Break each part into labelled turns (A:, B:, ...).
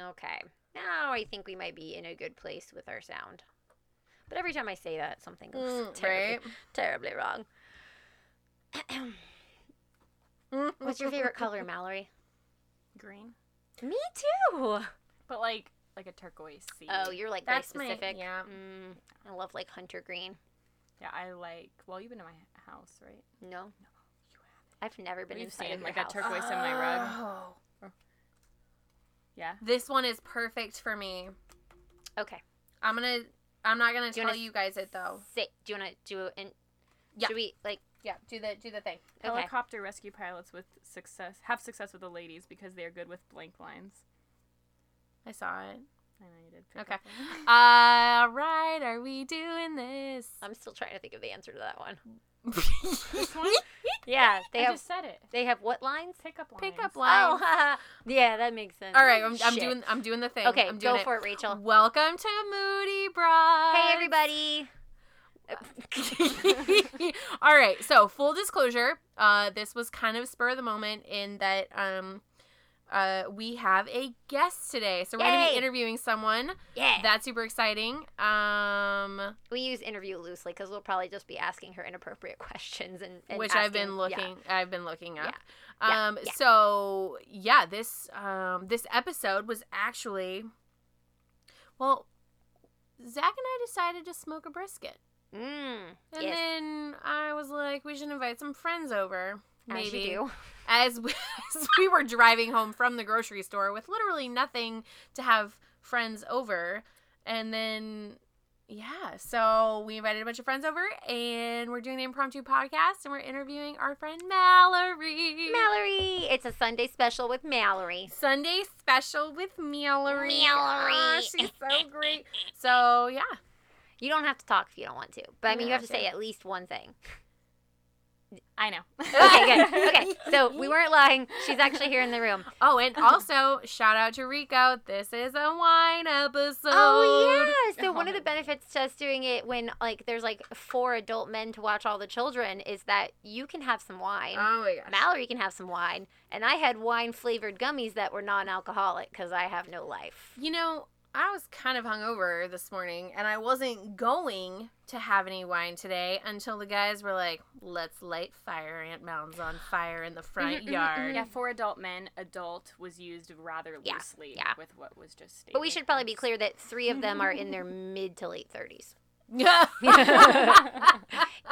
A: Okay. Now I think we might be in a good place with our sound. But every time I say that, something goes
B: Mm,
A: terribly, terribly wrong.
B: right?
A: What's your favorite color, Mallory?
C: Green,
A: Me too.
C: but like like a turquoise sea.
A: Oh, you're like
B: That's
A: very
B: my-
A: specific.
B: yeah.
A: Mm, I love like hunter green.
C: yeah. I like. Well, you've been to my house, right?
A: No,
C: You have.
A: I've never been
C: We've
A: inside
C: seen,
A: of your
C: like, a
A: house.
C: turquoise- on my rug.
B: Oh.
C: Yeah.
B: This one is perfect for me.
A: okay.
B: I'm gonna. I'm not gonna
A: Do you
B: tell
A: wanna-
B: you guys it though.
A: Say, do you want to do an?
B: Yeah.
A: Do we like?
B: Yeah. Do the do the thing.
A: Okay.
C: Helicopter rescue pilots with success have success with the ladies because they are good with blank lines.
B: I saw it.
C: I know you did. pick
B: Okay.
C: up on that.
B: All right. Are we doing this?
A: I'm still trying to think of the answer to that one.
C: This one?
A: Yeah, they
C: I
A: have.
C: just said it.
A: They have what lines?
C: Pickup lines.
B: Pick up
C: lines.
B: lines.
A: Oh, yeah, that makes sense.
B: All right. I'm, I'm
A: Shit.
B: doing. I'm doing the thing.
A: Okay,
B: I'm doing
A: go for it, Rachel.
B: Welcome to Moody Broad.
A: Hey, everybody.
B: All right. So full disclosure, uh, this was kind of spur of the moment in that um, uh, we have a guest today. So we're gonna
A: Yay.
B: be interviewing someone.
A: yeah.
B: That's super exciting. Um,
A: we use interview loosely because we'll probably just be asking her inappropriate questions and, and
B: which I've been
A: asking- yeah.
B: looking. I've been looking up.
A: Yeah,
B: Um,
A: yeah.
B: So yeah, this um, this episode was actually, well, Zach and I decided to smoke a brisket.
A: Mm,
B: And
A: yes.
B: then I was like, we should invite some friends over. Maybe.
A: As you do.
B: As, we, as we were driving home from the grocery store with literally nothing to have friends over. And then, yeah, so we invited a bunch of friends over and we're doing an impromptu podcast and we're interviewing our friend Mallory.
A: Mallory. It's a Sunday special with Mallory.
B: Sunday special with Mallory.
A: Mallory.
B: Ah, she's so great. So, yeah.
A: You don't have to talk if you don't want to, but I mean, you
B: No,
A: have to say
B: sure.
A: at least one thing.
C: I know.
A: Okay, good. Okay, so we weren't lying. She's actually here in the room.
B: Oh, and also shout out to Rico. This is a wine episode.
A: Oh yeah. So
C: Oh,
A: one of the
C: my
A: benefits to us doing it when like there's like four adult men to watch all the children is that you can have some wine.
B: Oh my gosh.
A: Mallory can have some wine, and I had wine flavored gummies that were non-alcoholic because I have no life.
B: You know, I was kind of hungover this morning, and I wasn't going to have any wine today until the guys were like, "Let's light fire Aunt Mounds on fire in the front
A: Mhm, mhm,
B: yard."
C: yeah, for adult men, adult was used rather
A: Yeah,
C: loosely
A: yeah.
C: with what was just stated.
A: But we should probably be clear that three of them are in their mid to late thirties.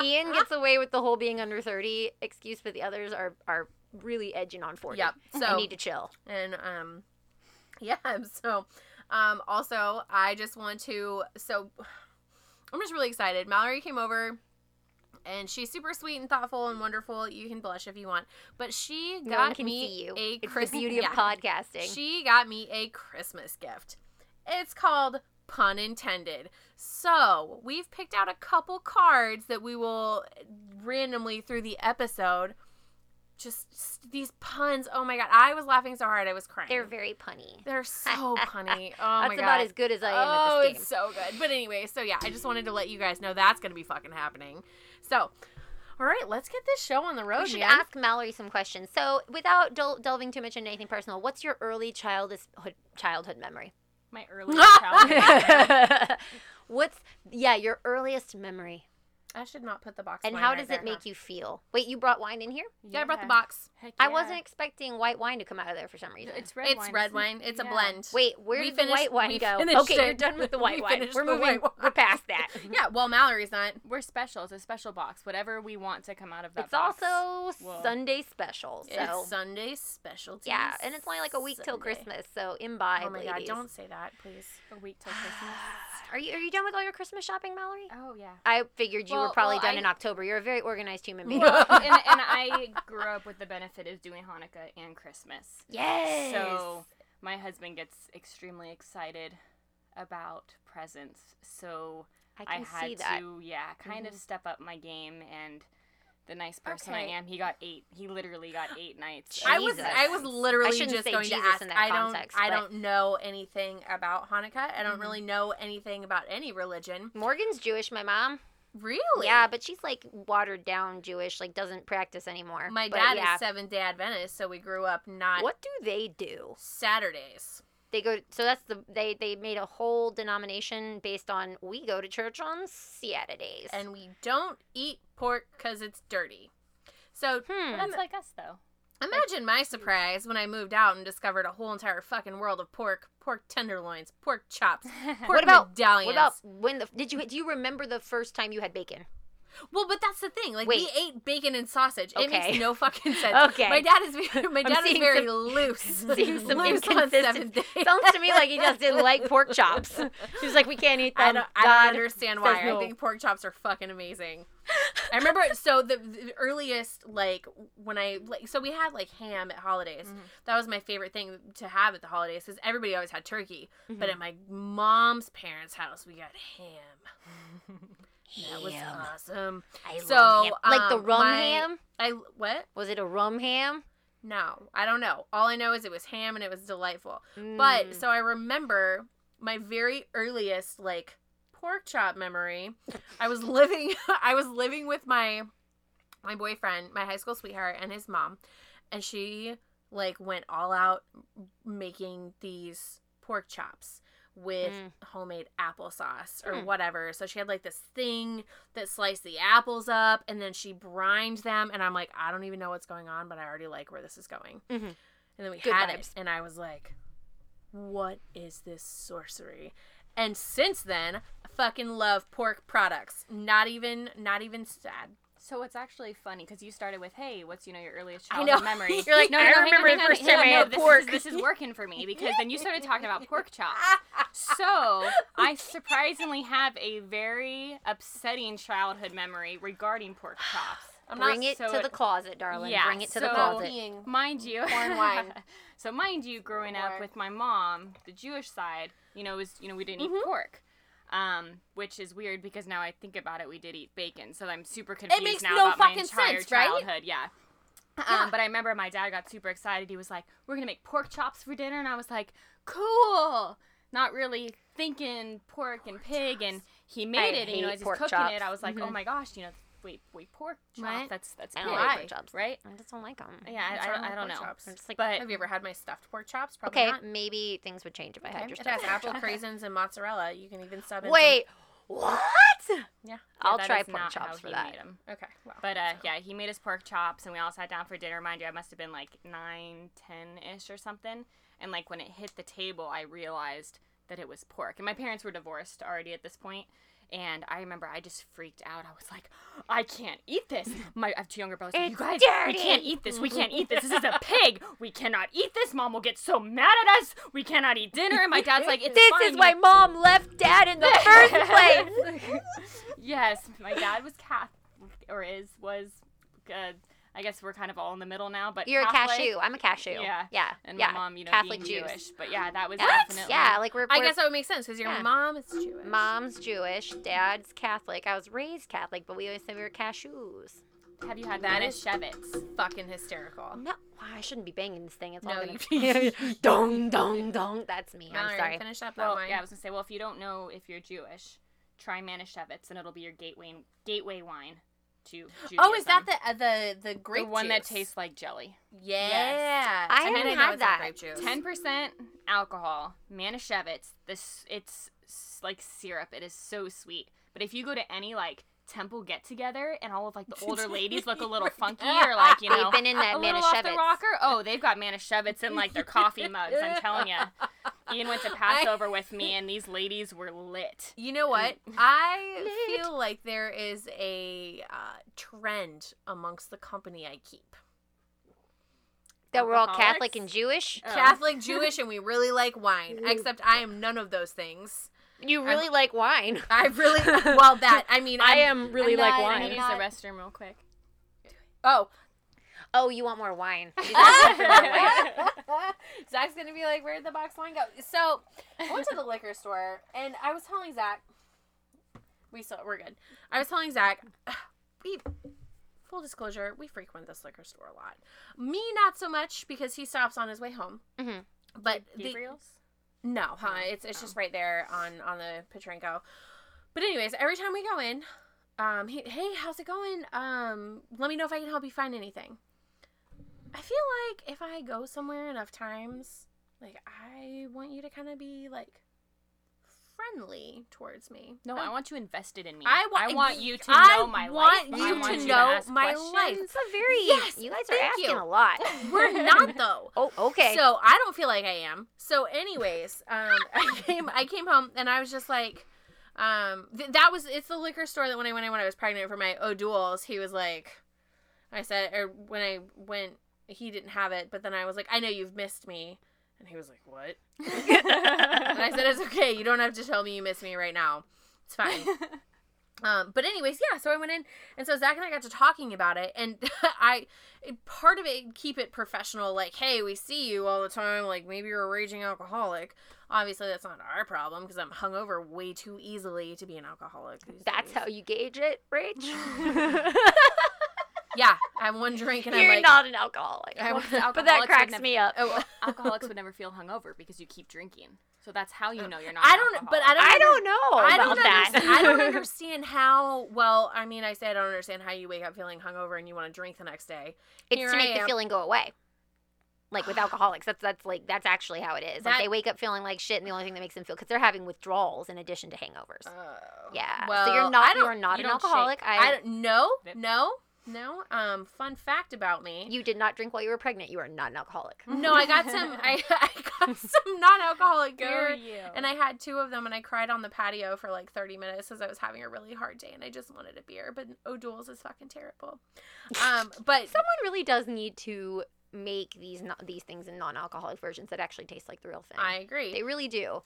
A: Ian gets away with the whole being under thirty excuse, but the others are are really edging on forty.
B: yep.
A: I
B: So
A: need to chill.
B: and um, yeah. So, um, also, I just want to. So, I'm just really excited. Mallory came over. And she's super sweet and thoughtful and wonderful. You can blush if you want, but she got
A: no one can
B: me
A: see you.
B: a
A: it's
B: Christ-
A: the beauty
B: Yeah.
A: of podcasting.
B: She got me a Christmas gift. It's called Pun Intended. So, we've picked out a couple cards that we will randomly through the episode. Just s- these puns. Oh my god, I was laughing so hard I was crying.
A: They're very punny.
B: They're so punny. Oh
A: That's
B: my god.
A: about as good as I am
B: oh,
A: at this game.
B: it's so good. But anyway, so yeah, I just wanted to let you guys know that's gonna be fucking happening. So, all right, let's get this show on the road.
A: We should
B: man.
A: ask Mallory some questions. So, without del- delving too much into anything personal, what's your early childhood childhood memory?
C: My early childhood.
A: what's yeah, your earliest memory,
B: I should not put the box.
A: and
B: wine
A: how
B: right
A: does
B: there,
A: it make
B: huh?
A: you feel? Wait, you brought wine in here?
B: Yeah, I brought the box.
C: Heck
A: I
C: yeah.
A: wasn't expecting white wine to come out of there for some reason.
C: It's red
B: it's
C: wine.
B: red
C: isn't it?
B: wine. It's a
C: Yeah.
B: blend.
A: Wait, where
B: we
A: did the
B: finished-
A: white wine
B: we
A: go?
B: finished
A: Okay,
B: it.
A: you're done with the white
B: We
A: wine.
B: finished
A: We're
B: the
A: moving.
B: white wine.
A: We're past that.
B: Yeah, well, Mallory's not.
C: We're special. It's a special box. Whatever we want to come out of that
A: It's
C: box.
A: also
C: Whoa.
A: Sunday special, so
B: It's Sunday specialty.
A: yeah, and it's only like a week till
B: Sunday.
A: Christmas, so imbibe,
B: Oh my
A: ladies.
B: god, don't say that, please.
C: a week till Christmas.
A: Are you are you done with all your Christmas shopping, Mallory?
B: Uh,
C: Oh yeah.
A: I figured you were
C: Well-
A: probably
C: well,
A: done
C: I-
A: in October. You're a very organized human being.
C: Well, and, and I grew up with the benefit of doing Hanukkah and Christmas.
A: yes.
C: So my husband gets extremely excited about presents. So
A: I
C: I,
A: can
C: had
A: see that.
C: to, yeah, kind of step up my game and the nice person
A: Okay.
C: I am, he got eight. He literally got eight nights.
B: I was
A: Jesus.
B: I was literally
A: shouldn't
B: just
A: say
B: going
A: Jesus
B: to ask.
A: in that
B: I don't
A: context,
B: I
A: but- Mm-hmm.
B: don't know anything about Hanukkah. I don't
C: Mhm.
B: really know anything about any religion.
A: Morgan's Jewish, my mom.
B: Really?
A: Yeah, but she's like watered down Jewish, like doesn't practice anymore.
B: My
A: But
B: dad
A: yeah.
B: is Seventh Day Adventist, so we grew up not
A: What do they do?
B: Saturdays.
A: they go so that's the they they made a whole denomination based on we go to church on Saturdays.
B: and we don't eat pork because it's dirty. So
A: hmm.
C: That's like us, though.
B: imagine my surprise when I moved out and discovered a whole entire fucking world of pork, pork tenderloins, pork chops, pork
A: What about-
B: medallions.
A: What about when the did you do you remember the first time you had bacon?
B: well, but that's the thing. Like
A: Wait.
B: we ate bacon and sausage. It makes
A: Okay.
B: no fucking sense.
A: Okay.
B: My dad is very- my dad is
A: seeing
B: very
A: some-
B: loose.
A: seeing some
B: loose on
A: inconsistent-
B: seventh day.
A: Sounds to me like he just didn't like pork chops. She was like, we can't eat them.
B: I don't, I
A: Um, God.
B: don't understand why.
A: says no.
B: I think pork chops are fucking amazing. I remember so the, the earliest like when I like so we had like ham at holidays.
A: Mm-hmm.
C: Mhm.
B: That was my favorite thing to have at the holidays because everybody always had turkey. But
A: Mhm.
B: at my mom's parents' house, we got ham. That was
A: Ham.
B: awesome.
A: I love
B: so,
A: ham. like the
B: um,
A: rum
B: my-
A: ham.
B: I what?
A: Was it a rum ham?
B: No, I don't know. All I know is it was ham and it was delightful. But
A: Mm.
B: so I remember my very earliest like pork chop memory. I was living I was living with my my boyfriend, my high school sweetheart and his mom, and she like went all out making these pork chops with
A: Mm.
B: homemade applesauce or
A: Hmm.
B: whatever. So she had like this thing that sliced the apples up and then she brined them and I'm like, I don't even know what's going on, but I already like where this is going.
A: Mhm.
B: And then we
A: Good
B: had
A: vibes.
B: it and I was like, what is this sorcery? And since then, I fucking love pork products. Not even not even sad.
C: So it's actually funny because you started with, "Hey, what's you know your earliest
B: I
C: childhood
B: know.
C: memory?"
B: You're like,
C: no, no,
B: I
C: no, hang on,
B: remember
C: hang
B: the
C: on,
B: first
C: hang on,
B: time I
C: no,
B: had
C: this
B: pork.
C: Is, this is working for me because then you started talking about pork chops. So I surprisingly have a very upsetting childhood memory regarding pork chops.
B: I'm
A: Bring
B: not
A: it
C: so
A: to the
C: it-
A: closet, darling.
C: Yeah,
A: Bring it to the
C: so-
A: closet.
B: being
C: Mind you,
B: Corn wine.
C: so mind you, growing up
B: Pork.
C: with my mom, the Jewish side, you know, was you know we didn't eat
B: Mhm.
C: pork, um, which is weird because now I think about it, we did eat bacon. So I'm super confused
B: makes
C: now
B: no
C: about my
B: fucking
C: entire
B: sense, right?
C: childhood. Yeah.
B: Yeah.
C: Um, but I remember my dad got super excited. He was like, "We're gonna make pork chops for dinner," and I was like, "Cool!" Not really thinking pork, and pig, and he made it. And you know,
A: hate
C: as he's
A: pork
C: cooking it, I
A: chops.
C: was like, "Oh
A: Mhm.
C: my gosh!" You know, wait, wait, pork chops.
B: Mm-hmm. Right?
C: That's that's
A: I
C: pig,
A: don't like
B: Why?
A: pork chops.
C: right?
A: I just don't like them.
C: Yeah, I, I, don't- I don't know.
A: I'm just like,
C: But
B: Have you ever had my stuffed pork chops? Probably
A: okay,
B: not.
A: maybe things would change if I had
B: Okay.
A: your
B: It
A: stuff.
B: has apple craisins and mozzarella. You can even sub in. some-
A: Wait, what?
B: Yeah.
A: I'll
C: that
A: try
C: is
A: pork
C: not how
A: chops for
C: he
A: that.
C: made 'em.
B: Okay. Well,
C: But uh, yeah, he made his pork chops, and we all sat down for dinner. Mind you, I must have been like nine, ten ish or something. And like when it hit the table, I realized that it was pork. And my parents were divorced already at this point. And I remember I just freaked out. I was like, I can't eat this. My I have two younger brothers. Like, you
A: It's
C: guys, we
A: dirty."
C: can't eat this. We can't eat this. This is a pig. We cannot eat this. Mom will get so mad at us. We cannot eat dinner. And my dad's like, it's
A: This
C: fine.
A: is
C: you
A: why mom left dad in the first place.
C: yes, my dad was Catholic, or is was. Uh, I guess we're kind of all in the middle now, but
A: You're a
C: Catholic,
A: cashew. I'm a cashew.
C: Yeah.
A: yeah,
C: and
A: yeah.
C: my mom, you know,
A: Catholic
C: being
A: Jews.
C: Jewish. But yeah, that was
A: Yeah.
C: definitely
A: Yeah, like we're.
B: I
A: we're-
B: guess that would make sense because your
A: Yeah.
B: mom is Jewish.
A: mom's Jewish, dad's Catholic. I was raised Catholic, but we always said we were cashews.
C: Have you had
B: That
C: that
B: is-
C: Shevitz?
B: Fucking hysterical.
A: No, wow, I shouldn't be banging this thing. It's all
B: No,
A: gonna
B: you-
A: dong dong dong. That's me. I'm
B: Mallory,
A: sorry.
B: Finish up that
C: Well,
B: wine.
C: yeah, I was gonna say. Well, if you don't know if you're Jewish, try Manischewitz, and it'll be your gateway gateway wine to. Judaism.
B: oh, is that the uh, the the
C: the
B: grape?
C: one that
B: juice?
C: tastes like jelly?
B: Yeah.
A: I
B: mean,
A: haven't
B: know
A: had
B: it's not
A: that.
B: Grape juice.
C: Ten percent alcohol, Manischewitz. This it's s- like syrup. It is so sweet. But if you go to any like temple get together and all of like the older ladies look a little funky or like you know
A: They've been in that
C: a little off the
A: Manischewitz.
C: rocker, oh they've got Manischewitz in like their coffee mugs. I'm telling you. Ian went to Passover with me and these ladies were lit.
B: You know what? I feel like there is a uh, trend amongst the company I keep.
A: That we're all Catholic
C: Alcoholics?
A: and Jewish.
B: Uh,
C: Oh.
B: Catholic, Jewish, and we really like wine. Except I am none of those things.
A: You really like wine.
B: I really well that I mean I'm-
A: am
B: really like wine.
C: I'm
B: I'm
C: gonna Oh. use
B: not-
C: the restroom real quick.
B: Oh,
A: Oh, you want more wine?
B: Zach's gonna be like, "Where'd the box wine go?" So I went to the liquor store and I was telling Zach, we still we're good. I was telling Zach, we full disclosure, we frequent this liquor store a lot. Me not so much because he stops on his way home.
A: Mhm.
B: But the,
C: Gabriel's?
B: no, huh? It's it's just right there on on the Petrenko. But anyways, every time we go in, um, he, hey, how's it going? Um, let me know if I can help you find anything. I feel like if I go somewhere enough times, like I want you to kind of be like friendly towards me. Um,
C: No,
B: I
C: Oh, I want you invested in me.
B: I
C: I,
B: wa-
C: want you to
B: I
C: know my
B: want
C: life.
B: you
C: I
B: to
C: want you
B: know
C: ask
B: my
C: questions.
B: life.
A: It's a very
B: Yes,
A: you guys are
B: thank
A: asking
B: you.
A: a lot.
B: We're not though.
A: Oh, okay.
B: So I don't feel like I am. So, anyways, um, I came I came home and I was just like, um, th- that was it's the liquor store that when I went in when I was pregnant for my O'Douls, he was like, I said or when I went he didn't have it, but then I was like, I know you've missed me, and he was like, what? and I said, it's okay, you don't have to tell me you miss me right now. It's fine. Um, but anyways, yeah. So I went in, and so Zach and I got to talking about it, and I it- part of it keep it professional, like, hey, we see you all the time, like maybe you're a raging alcoholic. Obviously, that's not our problem because I'm hungover way too easily to be an alcoholic. these
A: That's
B: days.
A: how you gauge it, Rach.
B: Yeah, I have one drink and
A: You're
B: I'm like,
A: not an alcoholic.
B: I-
C: Well,
B: But
A: but
C: alcoholics
A: that
C: would
A: cracks
C: never-
A: me up.
B: oh,
C: Alcoholics would never feel hungover because you keep drinking. So that's how you know you're not.
B: I
C: an
B: don't, but
C: alcoholic.
B: I don't.
A: I
B: under-
A: don't know
B: I
A: about
B: don't,
A: that.
B: understand, I don't understand how. Well, I mean, I say I don't understand how you wake up feeling hungover and you want to drink the next day.
A: it's
B: Here
A: to
B: I
A: make the
B: am.
A: feeling go away. Like with alcoholics, that's that's like that's actually how it is. like
B: That-
A: they wake up feeling like shit, and the only thing that makes them feel because they're having withdrawals in addition to hangovers.
B: Oh.
A: yeah.
B: Well,
A: so you're
B: I
A: not
B: don't
A: you are not
C: you
A: an
C: don't shake.
A: alcoholic.
B: I
A: I,
B: don't no,
C: Yep.
B: no, no. Um, fun fact about me.
A: you did not drink while you were pregnant. You are not an alcoholic.
B: no, I got some. I, I got some non-alcoholic
C: Go
B: beer,
C: you.
B: and I had two of them, and I cried on the patio for like thirty minutes because I was having a really hard day, and I just wanted a beer. But O'Doul's is fucking terrible. Um, but
A: Someone really does need to make these no- these things in non-alcoholic versions that actually taste like the real thing.
B: I
A: they
B: agree.
A: really do.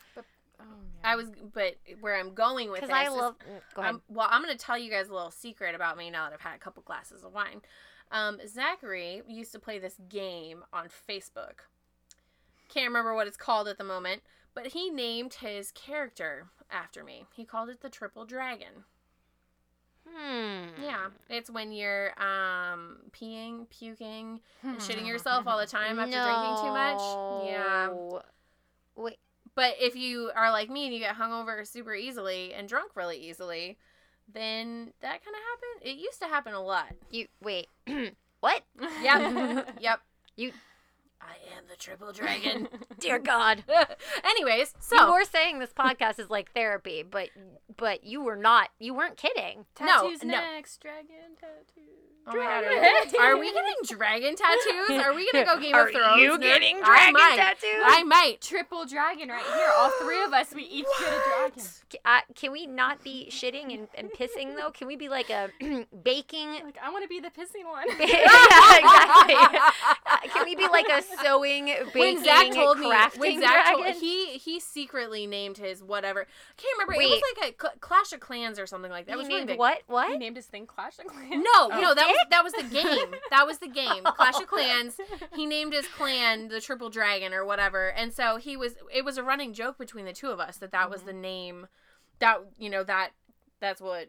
C: Oh,
B: I was, but where I'm going with
A: Because
B: this,
A: I
B: is-
A: love. mm, Go ahead.
B: Um, well, I'm going to tell you guys a little secret about me now that I've had a couple glasses of wine. Um, Zachary used to play this game on Facebook. Can't remember what it's called at the moment, but he named his character after me. He called it the Triple Dragon.
A: hmm.
B: Yeah, it's when you're um, peeing, puking,
C: Hmm.
B: and shitting yourself all the time after drinking too much. Yeah.
A: Hmm. No. Wait.
B: But if you are like me and you get hungover super easily and drunk really easily, then that kind of happened. It used to happen a lot.
A: You wait. what?
B: Yep. yep.
A: You-
B: I am the triple dragon.
A: Dear God.
B: Anyways, so
A: So you were saying this podcast is like therapy, but but you were not. You weren't kidding.
C: Tattoos
B: no.
C: next, dragon tattoo.
B: Oh my God, are, we, are we getting dragon tattoos? Are we gonna go Game
A: Are
B: of Thrones?
A: you
B: nerd?
A: getting
B: I
A: dragon
B: might.
A: tattoos?
B: I might.
C: Triple dragon right here. All three of us, we each get a dragon.
A: C- I- uh, can we not be shitting and, and pissing though? Can we be like a baking?
C: Like I want to be the pissing one.
A: yeah, exactly. Uh, Can we be like a sewing, baking,
B: When Zach told me,
A: crafting
B: when Zach
A: dragon?
B: told he he secretly named his whatever. I can't remember. It was
A: Wait.
B: like a Cl- Clash of Clans or something like that.
A: He
B: It was really
A: named
B: big.
A: what?
C: He
A: What?
C: named his thing Clash of Clans. Oh.
B: No, no, that was that was the game. That was the game. Clash of Clans. He named his clan the Triple Dragon or whatever, and so he was. It was a running joke between the two of us that that was the name. That you know that that's what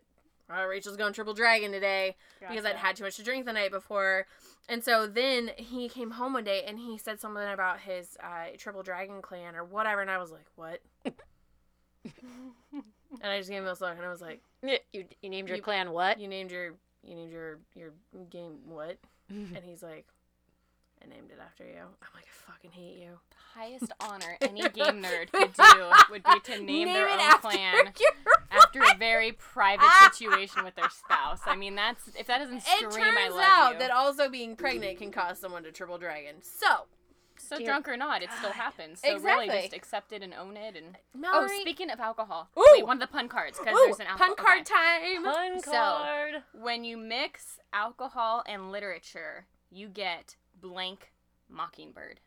B: uh, Rachel's going Triple Dragon today because I'd
C: Gotcha.
B: had too much to drink the night before, and so then he came home one day and he said something about his uh, Triple Dragon clan or whatever, and I was like, what? and I just gave him this look, and I was like,
A: You, you named
B: You-
A: clan what?
B: you named your you named your your game what? And he's like, I named it after you. I'm like, I fucking hate you.
C: highest honor any game nerd could do would be to name, their own clan after a very private situation with their spouse. I mean, that's if that doesn't
B: It
C: scream, I
B: turns
C: love
B: out
C: you.
B: that also being pregnant can cause someone to triple dragon.
C: Oh,
B: So,
C: so
A: Dear
C: drunk or not, it still happens. So really,
B: Exactly.
C: just accept it and own it. And
B: Mallory,
C: oh, speaking of alcohol,
B: Ooh!
C: wait, one of the pun cards because
B: Ooh,
C: there's an alcohol
B: pun card time.
A: Pun
C: So-
A: card.
C: When you mix alcohol and literature, you get blank mockingbird.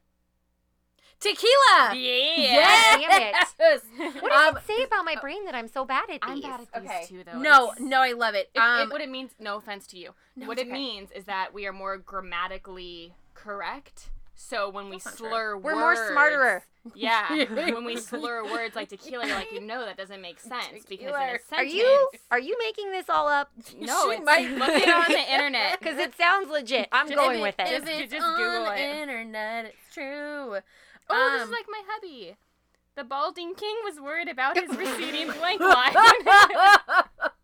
B: Tequila.
C: Yeah.
A: Yes.
B: Yes.
A: What does
B: Um,
A: it say about my brain that I'm so bad at these?
C: I'm bad at these
B: Okay.
C: two though.
B: No,
C: It's-
B: no, I love it.
C: It,
B: um,
C: it, what it means, no offense to you.
B: No,
C: what
B: it's
C: it
B: okay.
C: means is that we are more grammatically correct. So when we
B: That's not true.
C: slur
A: We're
C: words,
A: more smarterer.
C: Yeah, when we slur words like tequila, you're like you know that doesn't make sense because in
B: Tequila.
C: a sentence,
A: Are you are you making this all up?
C: no,
B: She
C: it's,
B: might-
C: look it on the internet.
A: Because it sounds legit. I'm
C: Just-
A: going
B: if
A: with it.
B: If
C: Just-
B: it's
C: just
B: on
C: Google
B: the
C: it.
B: internet, it's true.
C: Oh, this
B: Um,
C: is like my hubby. The balding king was worried about his receding blank line.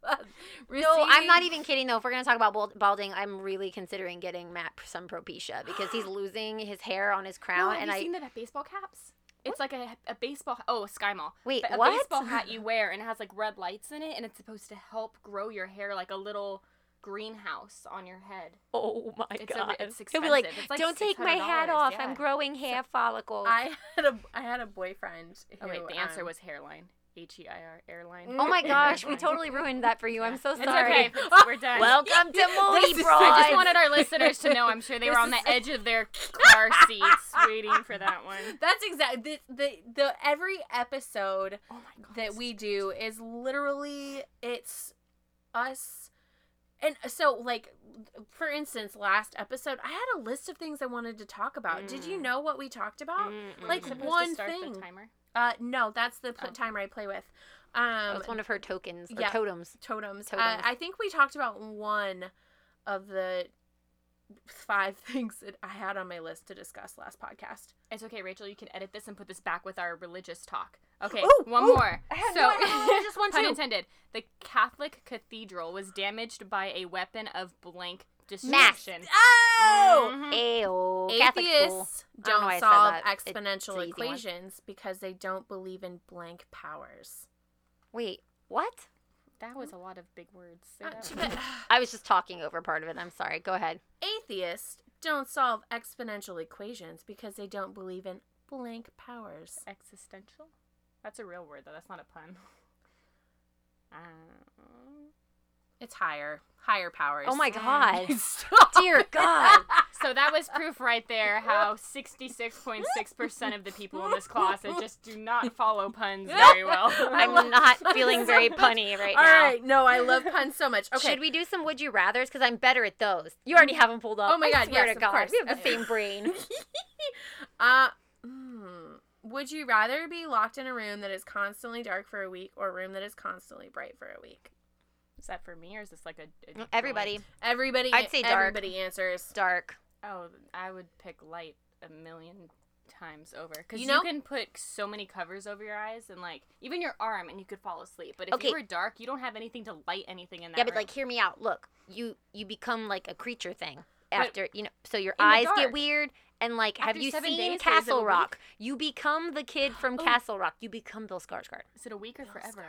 A: No, I'm not
B: Receding-
A: even kidding though. If we're gonna talk about bald- balding, I'm really considering getting Matt some Propecia because he's losing his hair on his crown,
C: have
A: and
C: you
A: I
C: seen that at baseball caps? It's like a, a baseball. Oh, sky mall.
A: Wait,
C: But a
A: what?
C: baseball hat you wear and it has like red lights in it, and it's supposed to help grow your hair like a little greenhouse on your head.
A: Oh my
C: It's a-
A: god.
C: it's
A: They'll be like,
C: expensive. It's like
A: don't take my hat
C: $600,
A: off.
C: yeah.
A: I'm growing hair follicles.
B: I had a I had a boyfriend. Who,
C: Oh wait, the answer
B: um, Mm.
C: was hairline. H e i r airline.
A: oh my gosh, we
C: Airline.
A: totally ruined that for you. I'm so
C: It's
A: sorry.
C: okay. Fritz, We're done.
A: Welcome to Moody
B: is-
A: Broad.
C: I just wanted our listeners to know. I'm sure they were
B: This
C: on the
B: is-
C: edge of their car seats waiting for that one.
B: That's exactly the, the the every episode
C: Oh my god.
B: that we do is literally it's us and so like for instance last episode I had a list of things I wanted to talk about. Did you
C: Mm.
B: know what we talked
A: Mm,
B: about?
C: like
B: like
C: one
B: one
C: to start The
B: thing.
C: timer.
B: Uh no, that's the pl-
C: Oh.
B: timer I play with. Um
A: That's one of her tokens or
B: yeah.
A: totems.
B: totems. Uh,
A: Totems.
B: I think we talked about one of the five things that I had on my list to discuss last podcast.
C: It's okay, Rachel. You can edit this and put this back with our religious talk. Okay,
B: Ooh,
C: one
B: ooh,
C: more.
B: I had
C: so,
B: one- I had one- just one
C: pun
B: too.
C: intended. The Catholic cathedral was damaged by a weapon of blank
A: Mass.
C: destruction.
B: Oh,
A: Mm.
C: Mhm.
A: Ayo. Catholic school.
B: Mm-hmm. atheists
A: I don't know
B: don't
A: why I said
B: solve
A: that. It's an easy
B: exponential
A: one.
B: equations because they don't believe in blank powers.
A: Wait, what?
C: That was a lot of big words. Say
B: Uh,
C: that
B: t-
C: one.
B: but,
A: I was just talking over part of it. I'm sorry. Go ahead.
B: atheists don't solve exponential equations because they don't believe in blank powers.
C: Existential? That's a real word, though. That's not a pun. Um,
B: It's higher, higher powers.
A: Oh my god.
B: Stop.
A: Dear God.
C: so that was proof right there how 66.6% of the people in this closet just do not follow puns very well.
A: I'm not feeling very punny right
B: All
A: now.
B: right, no, I love puns so much. Okay,
A: Should we do some would you rathers? Because I'm better at those. You already have them pulled up.
B: Oh my
A: I
B: God,
A: swear to
B: yes, of
A: Mm. God.
B: course.
A: We have the
B: Okay.
A: same brain.
B: Uh, hmm. Would you rather be locked in a room that is constantly dark for a week or a room that is constantly bright for a week?
C: Is that for me or is this like a. a joint?
A: Everybody,
B: Everybody,
A: I'd say dark.
B: Everybody answers.
A: dark.
C: Oh, I would pick light a million times over because
B: You
C: you,
B: know-
C: can put so many covers over your eyes and like even your arm and you could fall asleep. But if
A: Okay.
C: you were dark, you don't have anything to light anything in that.
A: Yeah, but
C: room.
A: like, hear me out. Look, you you become like a creature thing
C: But-
A: after you know. So your
C: In the
A: eyes
C: dark.
A: get weird. And like, have
C: After
A: you
C: seven
A: seen
C: days, there isn't a
A: Castle
C: week.
A: Rock? You become the kid from
B: Oh.
A: Castle Rock. You become Bill Skarsgård.
C: is it a week or forever?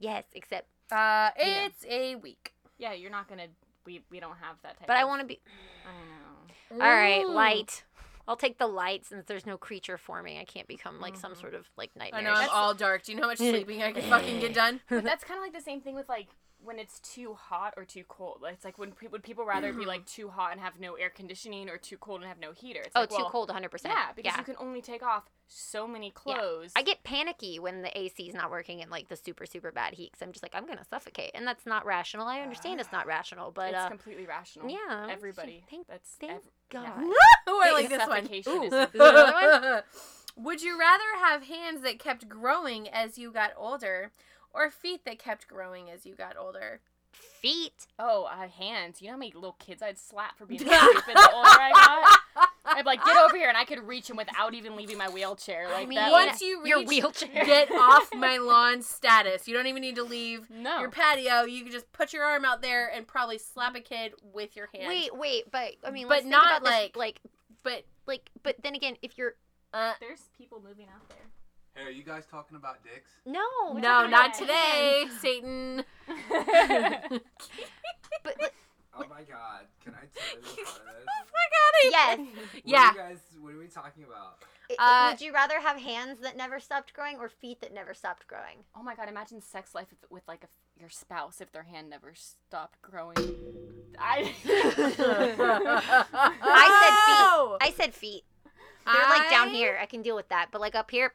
A: Yes, except.
B: Uh,
C: Yeah.
B: it's a week.
C: Yeah, you're not gonna. We we don't have that type.
A: But I
C: of-
A: want to be.
C: I know.
B: All
A: All right, light. I'll take the light since there's no creature forming. I can't become like some
C: Mhm.
A: sort of like
B: I
A: nightmare.
B: know I'm
C: That's-
B: all dark. Do you know how much sleeping I can fucking get done?
C: But that's kind of like the same thing with like when it's too hot or too cold. Like, It's like when pe- would people rather be like too hot and have no air conditioning or too cold and have no heater? It's
A: oh,
C: like,
A: too
C: well,
A: cold, 100. percent
C: Yeah, because you can only take off so many clothes.
A: I get panicky when the AC is not working in like the super super bad heat. i I'm just like I'm gonna suffocate, and that's not rational. I understand it's not rational, but
C: Ah, it's
A: uh,
C: completely rational.
A: yeah, I'm just like,
C: everybody.
A: Thank
C: that's
A: thank
C: ev-
A: God.
C: yeah.
B: oh, I like this one.
C: Suffocation is
B: Ooh.
C: a-
A: Is there another
B: Would you rather have hands that kept growing as you got older, or feet that kept growing as you got older?
A: Feet.
C: Oh, uh, hands. You know how many little kids I'd slap for being stupid the older I got? I'd be like, get over here, and I could reach him without even leaving my wheelchair. Like
A: mean,
C: that.
A: What?
B: Once you reach
A: Your wheelchair.
B: get off my lawn status. You don't even need to leave
C: No.
B: your patio. You can just put your arm out there and probably slap a kid with your hand.
A: Wait, wait, but I mean,
B: But
A: let's think
B: not
A: about this,
B: like-
A: like
B: but
A: like. But then again, if you're
B: uh,
C: There's people moving out there.
D: Hey, are you guys talking about dicks?
A: no,
C: We're
B: no,
C: talking
B: not
C: about
B: today, Satan.
C: Oh
A: But, but
D: Oh my god, can I tell you part of this?
A: yes,
D: What
B: Yeah.
D: Are you guys, what are we talking about?
A: I-
B: Uh,
A: would you rather have hands that never stopped growing or feet that never stopped growing?
C: oh my god, imagine sex life if, with like a, your spouse if their hand never stopped growing. I.
A: I I said feet. They're like down
B: I-
A: here. I can deal with that, but like up here,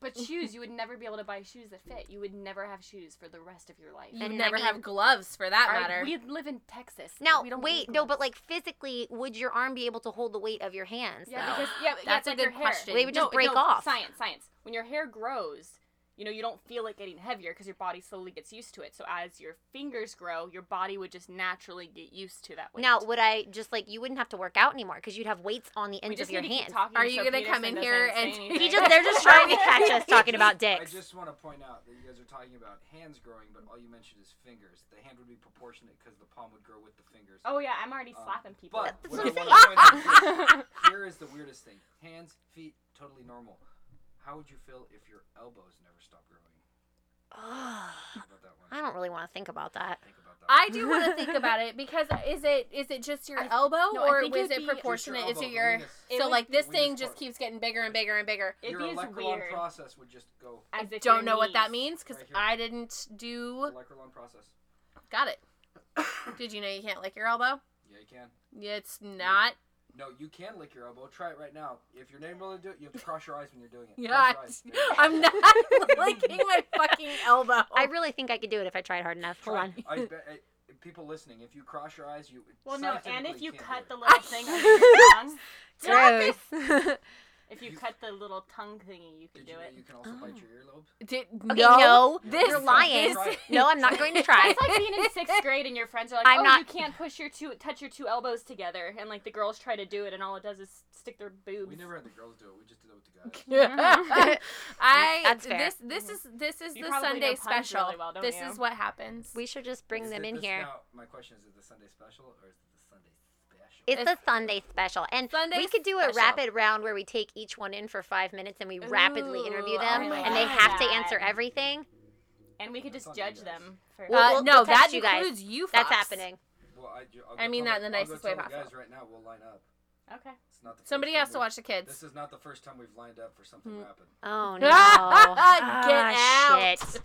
C: but shoes, you would never be able to buy shoes that fit. You would never have shoes for the rest of your life.
B: You
A: And
B: never
A: I mean-
B: have gloves for that
C: Alright,
B: matter.
C: We live in Texas.
A: Now,
C: we don't
A: wait,
C: use
A: no, but
C: gloves.
A: like physically, would your arm be able to hold the weight of your hands?
C: Yeah,
A: though?
C: because yeah, but yeah,
B: That's
C: it's
B: a
C: like
B: good
C: your hair.
B: question.
A: They would just
C: No,
A: break
C: no,
A: off.
C: Science, science. When your hair grows, you know, you don't feel it getting heavier because your body slowly gets used to it. So as your fingers grow, your body would just naturally get used to that weight.
A: now, would I just like you wouldn't have to work out anymore because you'd have weights on the
C: we
A: ends
C: just
A: of your
C: need to keep
A: hands.
C: talking
B: Are you
C: so
B: gonna come
C: Peterson
B: in
C: doesn't
B: here
C: say
B: and-
C: anything.
A: He just—they're just trying to catch us talking about
D: I
A: dicks.
D: just want to point out that you guys are talking about hands growing, but all you mentioned is fingers. The hand would be proportionate because the palm would grow with the fingers.
C: Oh yeah, I'm already
D: Um,
C: slapping people.
D: But
A: That's
D: what
A: what
D: I
A: I'm
D: wanna point out is- here is the weirdest thing: hands, feet, totally normal. How would you feel if your elbows never stopped growing?
A: Ugh,
D: Think about that one.
A: I don't really want to think about that.
D: Think about that.
B: I do want to think about it because is it is it just your
C: I-
B: elbow
C: no, I
B: or
C: think
B: is it
C: it'd be- Just your
B: proportionate? Is
D: elbow,
B: it
D: the
B: your
D: leanest-
C: It
B: so
C: would-
B: like this
D: the
B: thing
D: leanest
B: just
D: part.
B: keeps getting bigger and bigger and bigger.
C: It'd
D: your
C: be as
D: electrolon
C: weird.
D: process would just go
B: I
C: as if your
B: don't know what that
C: knees-
B: means because
D: Right here.
B: I didn't do.
D: electrolon process.
B: Got it. Did you know you can't lick your elbow?
D: Yeah, you can.
B: It's not.
D: No, you can lick your elbow. Try it right now. If you're not able to do it, you have to cross your eyes when you're doing it.
B: Yeah,
D: Cross your eyes.
B: I'm not licking my fucking elbow.
A: I really think I could do it if I tried hard enough. Hold
D: Try-
A: on.
D: I bet, I, people listening, if you cross your eyes, you.
C: Well, no, and if
D: scientifically
C: you
D: can't
C: cut
D: do
C: the
D: it.
C: little thing under your tongue,
A: Gross. okay,
C: if you
D: You-
C: cut the little tongue thingy, you could
D: Did
C: do
D: you know
C: it.
D: you can also bite
A: Oh.
D: your earlobe?
B: Did,
A: no,
D: This-
A: you're lying.
D: this-
A: No, I'm not going to try.
C: It's like being in sixth grade and your friends are like,
A: I'm
C: "Oh,
A: not-
C: you can't push your two, touch your two elbows together," and like the girls try to do it, and all it does is stick their boobs.
D: We never had the girls do it. We just did it with the guys.
B: I
A: That's fair.
B: this this is this is
C: Mm-hmm. You
B: the
C: probably know
B: Sunday
C: puns
B: special.
C: really well, don't
B: this
C: you?
B: is what happens.
A: we should just bring
D: Is
A: them
D: it
A: in
D: this
A: here.
D: Now, my question is: Is it the Sunday special or is it the Sunday special?
A: It's
B: It's-
A: a Sunday special, and
B: Sunday
A: we could do a
B: special.
A: rapid round where we take each one in for five minutes and we rapidly interview
B: Ooh,
A: them,
B: I
A: and they
C: like
A: have to
C: that.
A: answer everything.
C: and we could just
D: Fuck you
C: judge
D: guys.
C: them. For
A: Well,
B: uh,
A: we'll-
B: no,
A: we'll text
B: that
A: you guys.
B: includes you.
A: That's
B: fucks.
A: happening.
D: well, I, ju- I'll
B: I
D: go
B: mean
D: tell
B: that in the
D: I'll go
B: nicest
D: tell
B: way
D: the
B: possible.
D: Guys, right now we'll line up.
C: okay,
D: It's not the first
B: Somebody
D: time
B: has to
D: we've-
B: watch Mm. the
D: This
B: kids.
D: is not the first time we've lined up for something rapid.
A: Oh no!
B: Get
A: Ah,
B: out.
A: Shit.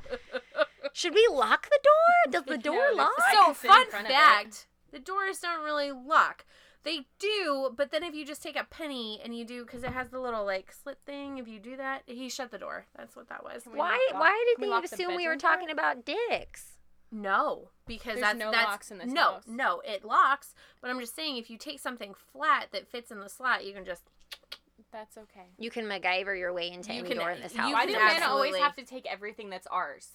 A: Should we lock the door? Does the
C: No,
A: door
C: this-
A: lock?
C: I
B: So
C: can sit in
B: fun
C: front of it.
B: fact: the doors don't really lock. They do, but then if you just take a penny and you do, because it has the little like slit thing. If you do that, he shut the door. That's what that was.
C: Can we
A: Why?
C: lock-
A: Why
C: can
A: did
C: we
A: they
C: lock the
A: assume we were
C: bedroom door?
A: talking about dicks?
B: No, because
C: There's
B: that's
C: no
B: that's,
C: locks in this
B: no,
C: house.
B: no, it locks. But I'm just saying, if you take something flat that fits in the slot, you can just
C: that's okay.
A: You can MacGyver your way into
B: You
A: any
B: can-
A: door in this
B: you
A: house.
C: Why do
B: can
C: men always
B: absolutely-
C: have to take everything that's ours?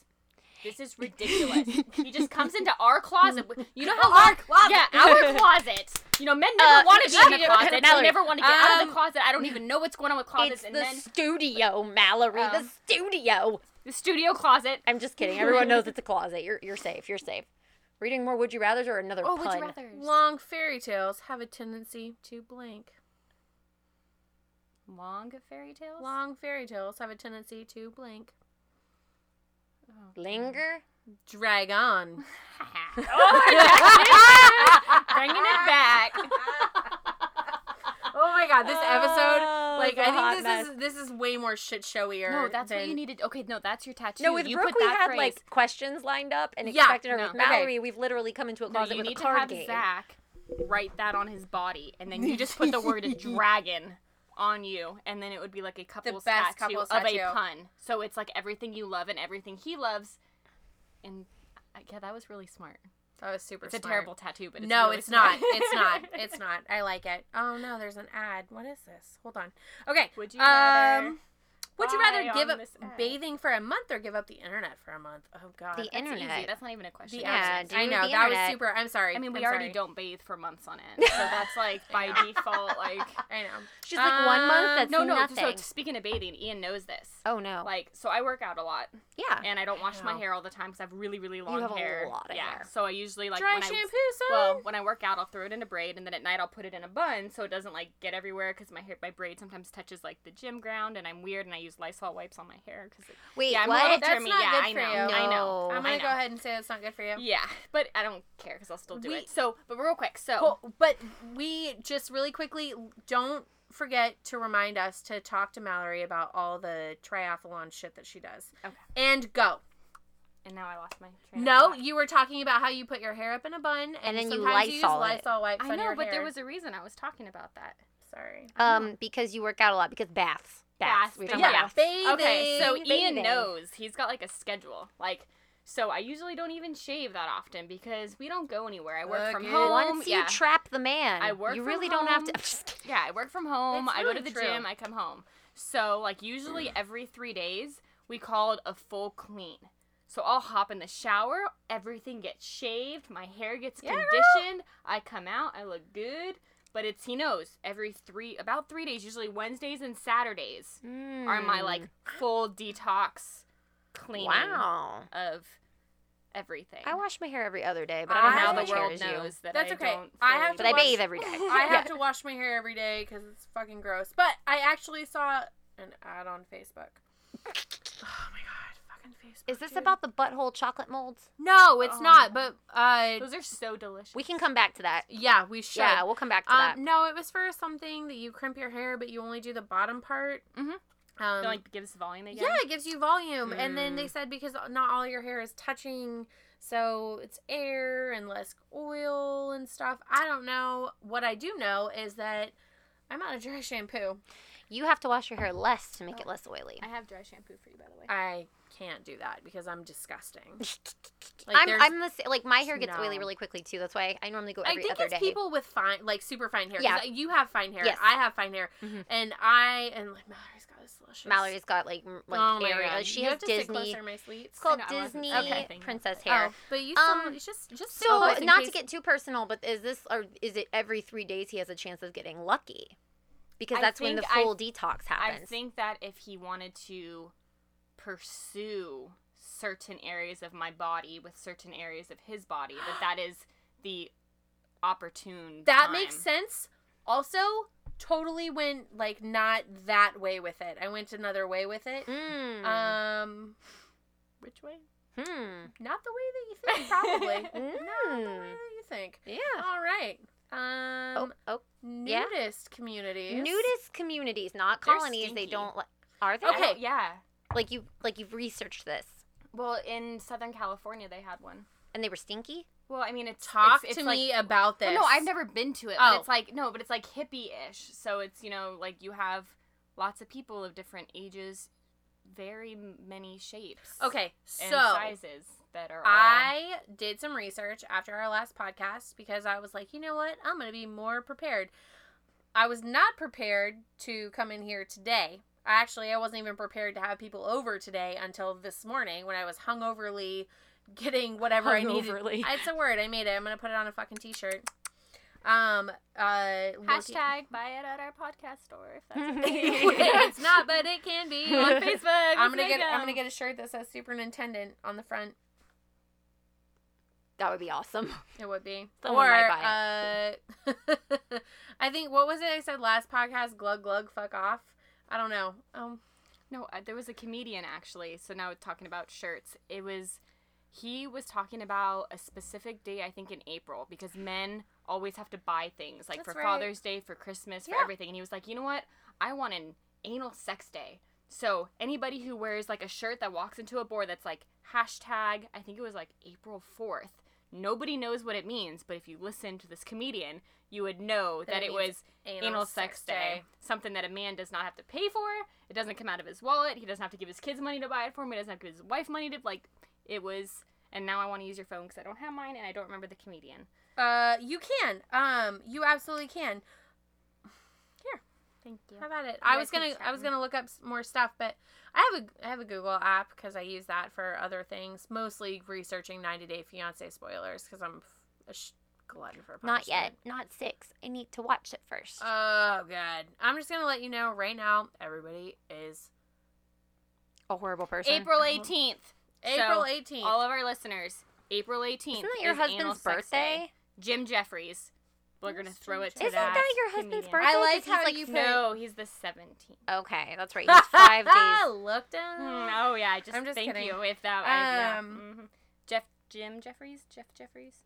C: This is ridiculous. he just comes into our closet. You know how
B: Our
C: long?
B: closet.
C: Yeah, our closet. You know, men never
A: Uh,
C: want to be in
A: Mallory.
C: the closet. They never want to get out of the
B: Um,
C: closet. I don't even know what's going on with
A: It's
C: closets.
A: the
C: and then
A: studio, Mallory. the
C: Um,
A: studio.
C: the studio closet.
A: I'm just kidding. Everyone knows it's a closet. You're you're safe. You're safe. Reading more would you rather's or another
C: Oh,
A: pun.
C: would you rather?
B: long fairy tales have a tendency to blank.
C: Long fairy tales.
B: Long fairy tales have a tendency to blank.
A: Linger.
B: Drag on.
A: Oh,
C: Bringing it back.
B: Oh my god, this episode.
A: Oh,
B: Like
A: it's a
B: I
A: hot
B: think this
A: mess.
B: is this is way more shit showier.
C: No, that's
B: than,
C: what you needed. Okay, no, that's your tattoo.
A: No, with
C: you
A: Brooke
C: put
A: we
C: that
A: had
C: phrase.
A: like questions lined up and
B: Yeah,
A: expected her.
C: no.
A: With
B: Okay.
A: Mallory, we've literally come into a
C: No,
A: closet
C: you
A: with
C: need
A: a
C: to
A: card
C: have
A: game.
C: Zach write that on his body, and then you just put the word dragon on you, and then it would be like a couple's
B: best
C: tattoo
B: couple's
C: of a
B: tattoo.
C: pun. So it's like everything you love and everything he loves, and I- yeah, that was really smart.
B: that was super.
C: It's a
B: smart.
C: terrible tattoo, but it's
B: no,
C: really
B: it's
C: smart.
B: not. It's not. It's not. I like it. Oh no, there's an ad. What is this? Hold on. Okay.
C: Would you rather?
A: Um,
B: Would you
C: buy
B: rather give
C: on
B: up
C: this ad?
B: bathing for a month or give up the internet for a month? Oh god.
A: The
C: That's easy.
A: internet.
C: That's not even a question.
B: The
A: Yeah,
B: absence.
A: do
B: I
A: the
B: know that was
A: internet.
B: super. I'm sorry.
C: I mean, we
B: I'm
C: already
B: sorry.
C: don't bathe for months on end, so that's like by default. Like
B: I know.
A: She's like one month.
B: Uh,
A: That's
C: Um, no, no. So
A: nothing.
C: speaking of bathing, Ian knows this.
A: oh no.
C: Like, so I work out a lot.
A: yeah.
C: and I don't wash my
B: Wow.
C: hair all the time because I have really, really long
A: have a
C: hair.
A: lot of
C: yeah,
A: hair.
C: so I usually like
B: Dry
C: when
B: shampoo,
C: I
B: son.
C: well when I work out, I'll throw it in a braid, and then at night I'll put it in a bun so it doesn't like get everywhere because my hair my braid sometimes touches like the gym ground, and I'm weird, and I use Lysol wipes on my hair because
A: Wait,
C: yeah, I'm
A: what?
C: a little
B: That's
C: germy.
B: not
C: yeah,
B: good
C: I
B: for
C: know,
B: you.
C: I know.
A: No.
B: I'm
C: I
B: gonna
C: know.
B: go ahead and say that's not good for you.
C: Yeah, but I don't care because I'll still do
B: We-
C: it. So, but real quick, so
B: Well, but we just really quickly don't forget to remind us to talk to Mallory about all the triathlon shit that she does.
C: Okay.
B: And go.
C: and now I lost my. Train of
B: No,
C: thought.
B: you were talking about how you put your hair up in a bun and,
A: And then you
B: sometimes use
A: Lysol it.
B: Lysol wipes
C: I
B: on
C: know,
B: your
C: but there
B: hair.
C: was a reason I was talking about that.
B: sorry.
A: um, because you work out a lot. Because baths. Baths.
C: Baths,
A: We're
C: but
A: talking
C: yeah.
A: about baths.
B: Bathing.
C: Okay, so
A: Bathing.
C: Ian knows he's got like a schedule. Like, so I usually don't even shave that often because we don't go anywhere. I work from
B: Again.
C: home.
A: Once
C: yeah.
A: you trap the man,
C: I work
A: you
C: from
A: really don't have to.
C: home. yeah, I work from home.
B: It's
C: I go to
B: really
C: the
B: true.
C: gym. I come home. So like usually every three days we call it a full clean. So I'll hop in the shower. Everything gets shaved. My hair gets
B: Yeah, girl.
C: conditioned. I come out. I look good. But it's he knows every three about three days, usually Wednesdays and Saturdays are my like
B: Hmm.
C: full detox
A: Mm.
C: cleaning
A: Wow.
C: of everything.
A: I wash my hair every other day, but I don't know how
B: I-
C: now
A: much
C: the
A: hair
C: world
A: is you.
C: knows that
B: That's
C: I
B: okay.
C: don't.
B: I
C: fully
B: have to
A: But I
B: wash-
A: bathe every day.
B: I have to wash my hair every day because it's fucking gross. But I actually saw an ad on Facebook. Oh my god, fucking Facebook.
A: Is this
B: dude.
A: about the butthole chocolate molds?
B: No, it's
C: Oh.
B: not. But uh,
C: Those are so delicious.
A: We can come back to that.
B: yeah, we should.
A: Yeah, we'll come back to that.
B: um, no, it was for something that you crimp your hair, but you only do the bottom part.
C: Mhm.
B: Um,
A: Mm-hmm.
C: They're like gives volume again.
B: Yeah, it gives you volume. And then they
C: Mm.
B: said because not all your hair is touching, so it's air and less oil and stuff. I don't know. What I do know is that I'm out of dry shampoo.
A: You have to wash your hair less to make it less oily.
C: I have dry shampoo for you, by the way.
B: I can't do that because I'm disgusting. Like,
A: I'm,
B: there's-
A: I'm the s- like my hair gets oily
B: No.
A: really quickly too. That's why I normally go
B: I
A: every
B: think
A: other
B: it's
A: day.
B: people with fine, like super fine hair. 'cause
A: Yeah.
B: I- you have fine hair.
A: Yes.
B: I have fine hair,
A: Mhm.
B: and I and like Mm-hmm. Mallory's got this luscious.
A: Mallory's got like m- like
B: oh my
A: area.
B: God.
A: She
B: You
A: has
B: have to sit
A: Disney.
B: closer, my sweets.
A: It's called
C: I know, I wasn't
A: Disney
C: saying anything.
A: princess
B: Oh,
A: hair.
B: but you
A: Um,
B: still, it's just just sit
A: So
B: close in
A: not
B: case-
A: to get too personal, but is this or is it every three days he has a chance of getting lucky? Because
C: I
A: that's when the
C: think I-
A: full detox
C: I
A: happens.
C: think that if he wanted to pursue certain areas of my body with certain areas of his body, that that is the opportune.
B: That
C: time.
B: makes sense. Also, totally went like not that way with it. I went another way with it.
A: Mm.
B: Um,
C: Which way?
A: hmm.
B: not the way that you think, probably. not the way
A: Mm.
B: that you think.
A: Yeah.
B: All right.
A: Oh,
B: Um,
A: oh. yeah.
B: nudist communities.
A: Nudist communities, not
C: They're
A: colonies. They
C: stinky.
A: don't li- are they?
C: I
B: Okay.
C: don't- Yeah.
A: Like you like you've researched this
C: Well, in Southern California, they had one.
A: and they were stinky?
C: Well, I mean, it's
B: Talk
C: it's, it's
B: to
C: like,
B: me about this.
C: Well, no, I've never been to it.
B: Oh.
C: But it's like no, but it's like hippie-ish. So it's you know like you have lots of people of different ages, very many shapes.
B: Okay,
C: And
B: so
C: sizes that are. all-
B: I did some research after our last podcast because I was like, you know what? I'm going to be more prepared. I was not prepared to come in here today. Actually, I wasn't even prepared to have people over today until this morning when I was hungoverly getting whatever I needed.
A: Hungoverly.
B: It's a word. I made it. I'm going to put it on a fucking t shirt. Um, uh, looking-
C: Hashtag buy it at our podcast store if that's
B: it's not, but it can be on Facebook.
C: Facebook.
B: I'm gonna get I'm gonna get a shirt that says Superintendent on the front.
A: That would be awesome.
B: It would be.
A: Someone
B: or
A: might
B: uh, I think what was it I said last podcast? Glug glug, fuck off. I don't know. Um,
C: No, uh, there was a comedian actually. So now talking about shirts, it was he was talking about a specific day I think in April because men always have to buy things like
B: That's
C: for
B: right.
C: Father's Day, for Christmas, for
B: Yeah.
C: everything. And he was like, you know what? I want an anal sex day. So anybody who wears like a shirt that walks into a board that's like hashtag, I think it was like April fourth. Nobody knows what it means, but if you listen to this comedian, you would know
B: That
C: that,
B: it
C: it
B: means
C: was anal sex day, something that a man does not have to pay for. It doesn't come out of his wallet. He doesn't have to give his kids money to buy it for him. He doesn't have to give his wife money to like. It was, and now I want to use your phone because I don't have mine and I don't remember the comedian.
B: Uh, you can. Um, you absolutely can.
C: Thank you.
B: How about it? I
C: guys
B: was
C: keep
B: gonna I was
C: chatting.
B: gonna look up s- more stuff, but I have a I have a Google app because I use that for other things, mostly researching 90 Day Fiance spoilers because I'm a sh- glutton for
A: Not yet.
B: punishment.
A: Not six. I need to watch it first.
B: Oh god! I'm just gonna let you know right now. Everybody is
A: a horrible person.
C: April eighteenth.
B: April 18th.
C: All of our listeners, April eighteenth.
A: Isn't that your
C: is anal
A: husband's
C: sex day.
A: birthday?
C: Jim Jeffries. We're gonna
B: Who's
C: throw
B: Jim
C: it to
A: Isn't that, your husband's
C: comedian.
A: birthday?
B: I like
A: 'Cause he's
B: how
A: like
B: you put-
C: No, he's the seventeenth.
A: Okay, that's right. He's five days.
B: Looked at.
C: Oh yeah, I just,
B: I'm just
C: thank
B: kidding.
C: you if that. I,
B: Um,
C: yeah. mhm. Jeff, Jim Jeffries, Jeff Jeffries,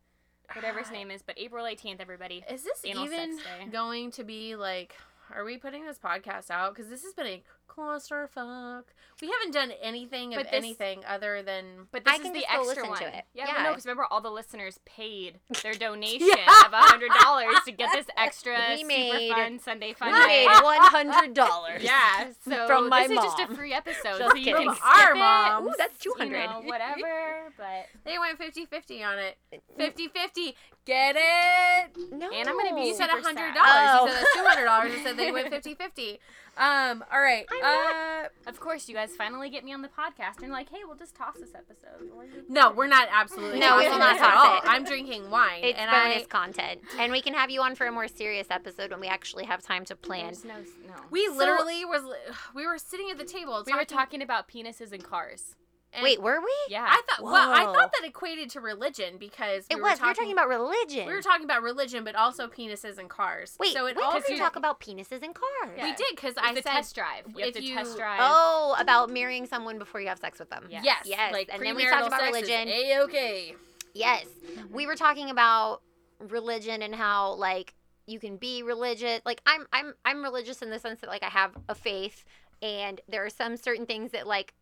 C: whatever
A: Uh,
C: his name is. But April eighteenth, everybody.
B: Is this
C: Anal sex
B: even
C: day.
B: going to be like? Are we putting this podcast out? Because this has been a clusterfuck. We haven't done anything of
C: But this-
B: anything other than.
C: But
A: I
C: this is
A: can
C: the
A: just go
C: extra
A: listen
C: one.
A: to it.
C: Yeah,
A: Yeah.
C: Well, no, because remember all the listeners paid their donation of hundred dollars to get this extra
A: We made-
C: super fun Sunday fun
A: We
C: day.
A: made one hundred dollars.
C: Yeah, so
A: From my
C: this is just
A: mom.
C: a free episode,
A: Just
C: so you
A: kidding. From
C: can skip
B: our
C: it,
B: moms.
A: Ooh, that's two
C: you
A: hundred.
C: know, whatever. But
B: They went 50 50 on it. 50 50. Get it?
A: No.
C: And I'm gonna be
B: You said $100.
C: Super
B: You said
C: sad.
A: Oh.
B: that's $200. You said they went 50 50. Um, all right.
A: I'm
B: uh,
C: of course, you guys finally get me on the podcast and you're like, hey, we'll just toss this episode. Or you-
B: No, we're not absolutely.
A: No,
C: we
B: tossing
C: will
B: this
C: not
B: at
A: toss
B: all.
A: it.
B: I'm drinking wine.
A: It's
B: and I-
A: bonus content, and we can have you on for a more serious episode when we actually have time to plan.
C: There's no, no.
B: We
A: So-
B: literally was we were sitting at the table.
C: we were talking about penises and cars.
B: And
A: Wait, were we?
C: Yeah.
B: I thought well, I
A: Whoa.
B: thought that equated to religion because
A: it
B: we were
A: was.
B: Talking,
A: we were talking about religion.
B: we were talking about religion, but also penises and cars.
A: Wait,
B: so it
A: we
B: all
A: didn't
B: came-
A: talk about penises and cars.
B: we
C: Yeah.
B: did because
C: It's
B: I
C: a
B: said
C: test drive. You have
B: if
C: to
B: you-
C: test drive.
A: Oh, about marrying someone before you have sex with them.
C: Yes.
B: yes,
A: Yes,
B: like
A: and then we talked about religion.
B: A okay.
A: Yes. We were talking about religion and how like you can be religious. Like I'm I'm I'm religious in the sense that like I have a faith and there are some certain things that like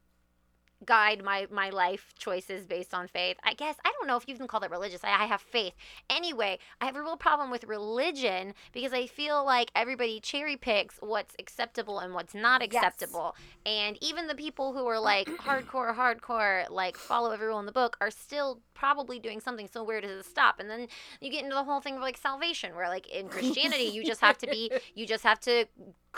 A: guide my my life choices based on faith. I guess I don't know if you can call that religious. I, I have faith. Anyway, I have a real problem with religion because I feel like everybody cherry picks what's acceptable and what's not
B: Yes.
A: acceptable. And even the people who are like hardcore, hardcore, like follow every rule in the book are still probably doing something. So where does it stop? And then you get into the whole thing of like salvation, where like in Christianity, you just have to be, you just have to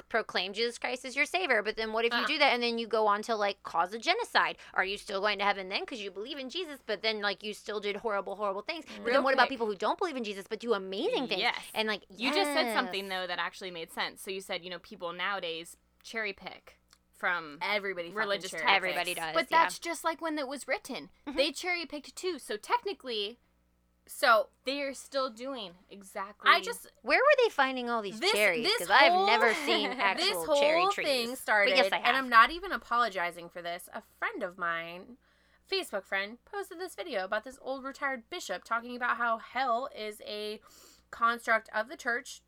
A: proclaim Jesus Christ as your savior. But then what if you
B: Ah.
A: do that and then you go on to like cause a genocide? Are you still going to heaven then because you believe in Jesus, but then like you still did horrible, horrible things? But
B: Real
A: then what about
B: quick.
A: people who don't believe in Jesus but do amazing things?
C: Yes.
A: And like
C: You just said
A: yes.
C: something though that actually made sense. So you said, you know, people nowadays cherry pick from
B: Everybody fucking
C: religious
B: cherry
C: topics.
A: Everybody does,
C: But
A: yeah.
C: that's just like when it was written.
B: Mm-hmm.
C: They cherry picked too. So technically, so they are still doing exactly.
B: I just
A: Where were they finding all these
B: This-
A: cherries?
B: this
A: Because I have
B: whole-
A: never seen
C: this
A: actual
B: this whole
A: cherry trees.
B: thing started,
A: But yes, I have.
B: and I'm not even apologizing for this. A friend of mine, Facebook friend, posted this video about this old retired bishop talking about how hell is a construct of the church.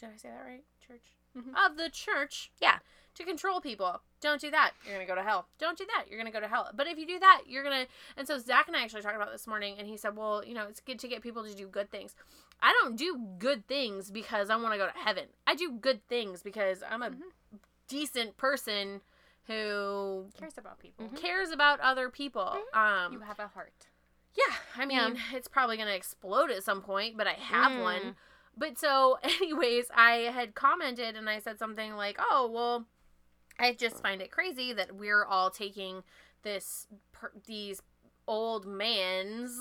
B: Did I say that right? Church
C: Mhm.
B: of the church.
A: Mm-hmm. Yeah.
B: To control people. Don't do that. You're gonna go to hell. Don't do that. You're gonna go to hell. But if you do that, you're gonna. And so Zach and I actually talked about this morning, and he said, "Well, you know, it's good to get people to do good things." I don't do good things because I want to go to heaven. I do good things because I'm a
C: Mhm.
B: decent person who
C: cares about people.
B: cares about other people.
C: Mm-hmm. You
B: Um,
C: have a heart.
B: yeah, I mean,
A: Yeah.
B: it's probably going to explode at some point, but I have
A: Mm.
B: one. But so, anyways, I had commented and I said something like, oh, well, I just find it crazy that we're all taking this, per- these old man's.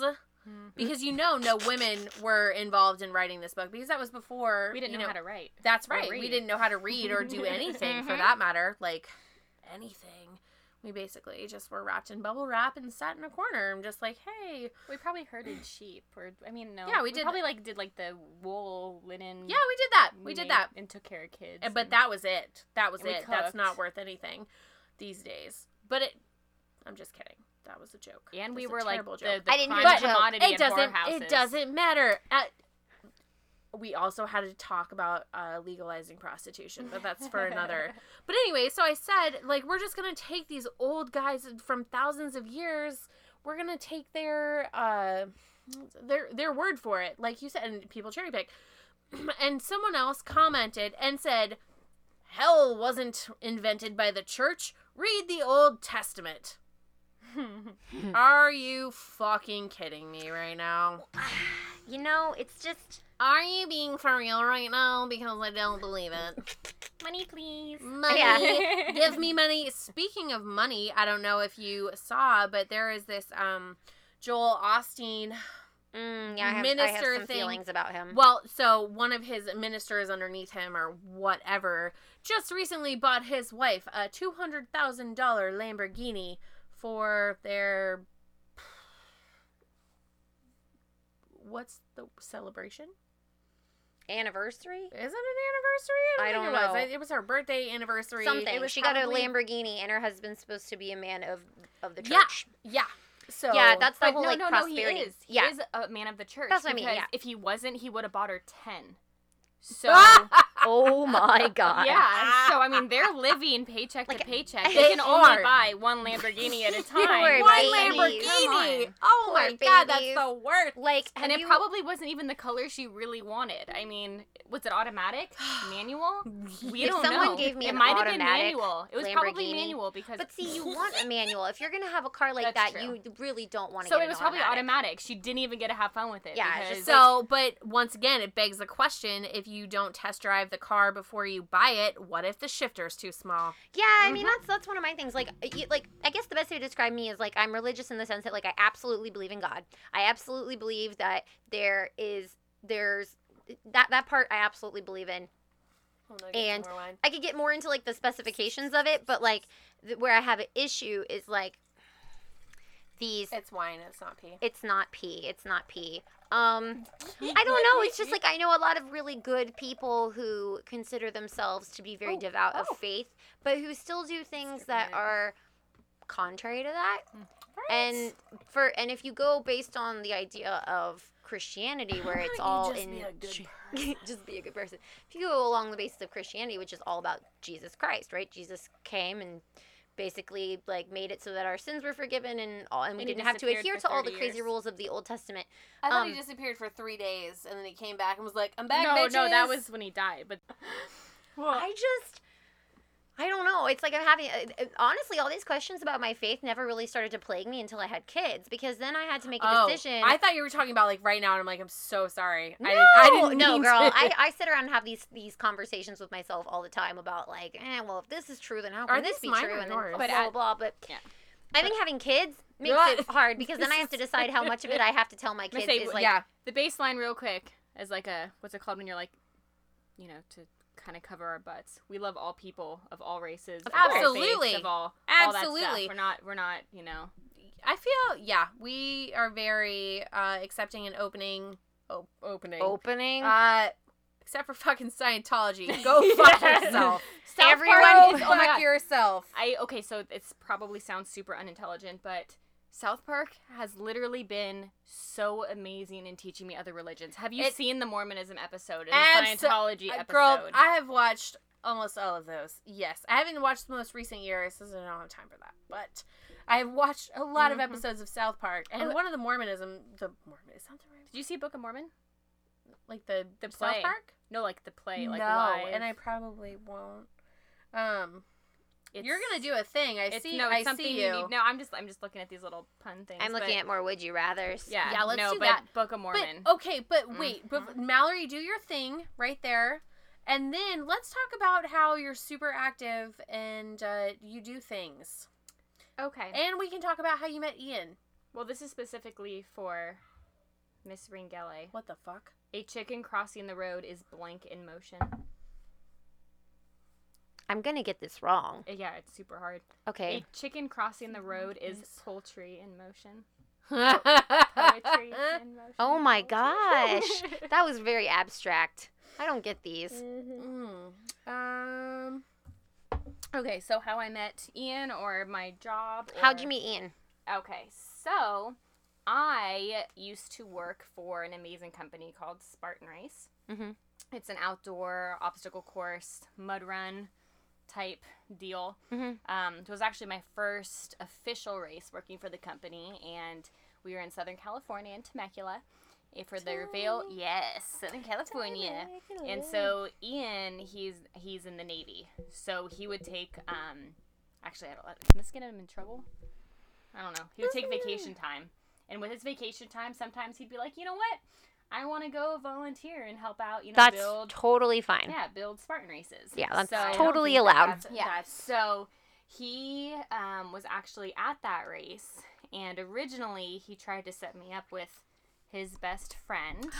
C: Mhm.
B: Because you know, no women were involved in writing this book because that was before
C: We didn't
B: you
C: know, how to write.
B: that's
C: or
B: right. We
C: read. Mm-hmm.
B: didn't know how to read or do anything for
A: Mhm.
B: that matter. Like anything. We basically just were wrapped in bubble wrap and sat in a corner and just like, hey.
C: We probably herded sheep, or I mean, no.
B: Yeah, we did-
C: Probably like did like the wool linen.
B: Yeah, we did that. We did
C: made
B: that.
C: and took care of kids.
B: And- But
C: and-
B: that was it. That was
C: And we
B: it. That's not
C: cooked.
B: worth anything these days. But it I'm just kidding. That was a joke.
C: and we
B: That's a
C: were like
B: terrible
C: the,
B: joke.
C: the
A: I didn't
C: prime
A: hear the joke.
C: commodity
B: it
C: at bar
B: doesn't
C: houses.
B: it doesn't matter Uh we also had to talk about uh, legalizing prostitution but that's for another but anyway so i said like we're just gonna take these old guys from thousands of years we're gonna take their uh their their word for it like you said and people cherry pick and someone else commented and said hell wasn't invented by the church read the old testament are you fucking kidding me right now?
A: you know, it's just
B: Are you being for real right now? Because I don't believe it.
C: Money, please.
B: Money.
A: Yeah.
B: Give me money. Speaking of money, I don't know if you saw, but there is this um Joel Austin.
A: mm, yeah. I have, I have
B: Minister
A: some
B: thing.
A: feelings about him.
B: Well, so one of his ministers underneath him or whatever just recently bought his wife a $200,000 Lamborghini for their what's the celebration?
A: Anniversary.
B: Is it an anniversary? I don't,
A: I
B: think
A: don't
B: it was.
A: know.
B: I- It was her birthday anniversary.
A: Something.
B: It was
A: she got a
B: probably-
A: Lamborghini, and her husband's supposed to be a man of of the
B: Yeah.
A: church.
B: Yeah. So
A: Yeah, that's the
C: But
A: whole
C: no,
A: like
C: no, no, he
A: prosperity.
C: is. He
A: yeah,
C: is a man of the church.
A: That's what I mean,
C: because
A: yeah.
C: If he wasn't, he would have bought her ten. So
A: oh my god.
C: Ah! yeah. So I mean, they're living paycheck to
A: Like,
C: paycheck. They,
A: they
C: can only
B: are.
C: buy one Lamborghini at a
A: They were
C: time.
B: one
A: babies.
B: Lamborghini.
C: Come on.
B: Oh
A: Poor
B: my god, that's
A: babies.
B: the worst.
A: Like, have
C: and it
A: you-
C: probably wasn't even the color she really wanted. I mean, was it automatic, manual? We
A: If
C: don't
A: someone
C: know.
A: gave me
C: it
A: an
C: might have been
A: automatic
C: manual. It was probably
A: Lamborghini-
C: manual because.
A: But see, you want a manual. If you're gonna have a car like
C: That's
A: that,
C: true.
A: you really don't want to.
C: so
A: get
C: it was
A: an
C: probably
A: automatic.
C: automatic. She didn't even get to have fun with it.
A: Yeah, it's
C: because
A: just
B: So, but once again, it begs the question: if you don't test drive the car before you buy it, what if the shifter's too small?
A: Yeah, I mean that's that's one of my things. Like, you, like I guess the best way to describe me is like I'm religious in the sense that like I absolutely believe in God. I absolutely believe that there is there's that that part I absolutely believe in. And- I could get more into like the specifications of it, but like th- where I have an issue is like these.
B: It's wine. It's not pee.
A: It's not pee. It's not pee. Um, I don't know. It's just like I know a lot of really good people who consider themselves to be very
B: Oh,
A: devout
B: oh.
A: of faith, but who still do things that
B: Stupid.
A: are contrary to that. And for and if you go based on the idea of Christianity, where it's all in just be a good person. If you go along the basis of Christianity, which is all about Jesus Christ, right? Jesus came and basically like made it so that our sins were forgiven and all, and we
C: And he
A: didn't have to
C: disappeared
A: adhere
C: for
A: to all the
C: 30
A: crazy
C: years.
A: rules of the Old Testament.
B: I thought he
A: um,
B: disappeared for three days and then he came back and was like, "I'm back,
C: no,
B: bitches."
C: no, that was when he died. But
A: I just I don't know. It's like I'm having uh, uh, honestly all these questions about my faith never really started to plague me until I had kids because then I had to make a
B: Oh,
A: decision.
B: I thought you were talking about like right now, and I'm like, I'm so sorry.
A: No,
B: I didn't, I didn't
A: no,
B: mean
A: girl.
B: to.
A: I, I sit around and have these these conversations with myself all the time about like, eh, well, if this is true, then how can
B: Aren't
A: this be
B: these mine
A: true?
B: or
A: And then blah
B: yours?
A: blah
B: But
A: blah. blah. But
C: Yeah.
A: I think having kids makes it hard because then I have to decide how much of it I have to tell my
C: I'm gonna
A: kids
C: say,
A: is like,
B: yeah,
C: the baseline, real quick, is like a what's it called when you're like, you know, to kind of cover our butts. We love all people of all races, of all faiths,
B: Absolutely.
C: of all, all that
B: Absolutely.
C: stuff. We're not, we're not, you know,
B: I feel yeah, we are very uh, accepting and opening, op- opening,
A: opening.
B: uh, except for fucking Scientology. Go fuck
C: Yes.
B: yourself.
A: Everyone
B: Go
A: is
C: oh my
B: fuck
C: God.
B: yourself.
C: I okay, so it's probably sounds super unintelligent, but South Park has literally been so amazing in teaching me other religions. Have you
B: It-
C: seen the Mormonism episode and
B: Abso-
C: the Scientology
B: Uh,
C: episode?
B: Girl, I have watched almost all of those. Yes, I haven't watched the most recent years, so I don't have time for that. But I have watched a lot
C: Mhm.
B: of episodes of South Park, and
C: Oh,
B: one of the Mormonism, the Mormon, is that the right?
C: Did you see Book of Mormon?
B: Like the
C: The
B: South
C: play.
B: Park?
C: No, like the play, like
B: no,
C: live.
B: and I probably won't. Um,
C: It's-
B: you're gonna do a thing. I
C: it's-
B: see.
C: No, it's
B: I
C: something
B: see
C: you
B: you.
C: need. No, I'm just, I'm just looking at these little pun things.
A: I'm looking
C: but-
A: at more would you rather's.
C: Yeah,
B: Yeah, let's
C: no,
B: do
C: but
B: that.
C: Book
B: But
C: of Mormon.
B: okay, but
C: Mm-hmm.
B: wait, but Mallory, do your thing right there, and then let's talk about how you're super active and uh, you do things,
C: okay.
B: oh, and we can talk about how you met Ian.
C: Well, this is specifically for Miss Ringele.
B: What the fuck?
C: A chicken crossing the road is blank in motion.
A: I'm gonna get this wrong.
C: Uh, Yeah, it's super hard.
A: Okay.
C: A chicken crossing the road is poultry in motion. Poetry
B: Poetry.
C: in motion.
A: Oh my gosh, that was very abstract. I don't get these.
B: Mm. Um.
C: Okay, so how I met Ian or my job. Or...
A: How'd you meet Ian?
C: Okay, so I used to work for an amazing company called Spartan Race.
A: Mhm.
C: It's an outdoor obstacle course, mud run type deal.
A: Mhm.
C: Um, it was actually my first official race working for the company, and we were in Southern California in Temecula. eh, For the reveal, yes, Southern California.
A: Oh,
C: And so Ian, he's he's in the Navy, so he would take. Um, actually, I don't. Is this getting him in trouble? I don't know. He would take vacation time, and with his vacation time, sometimes he'd be like, you know what, I want to go volunteer and help out. You know,
A: That's
C: build
A: totally fine.
C: yeah, build Spartan races.
A: Yeah, that's
C: so,
B: I don't
A: totally
B: think that
A: allowed.
B: that's-
C: yeah.
B: that's-
C: So he um, was actually at that race, and originally he tried to set me up with his best friend.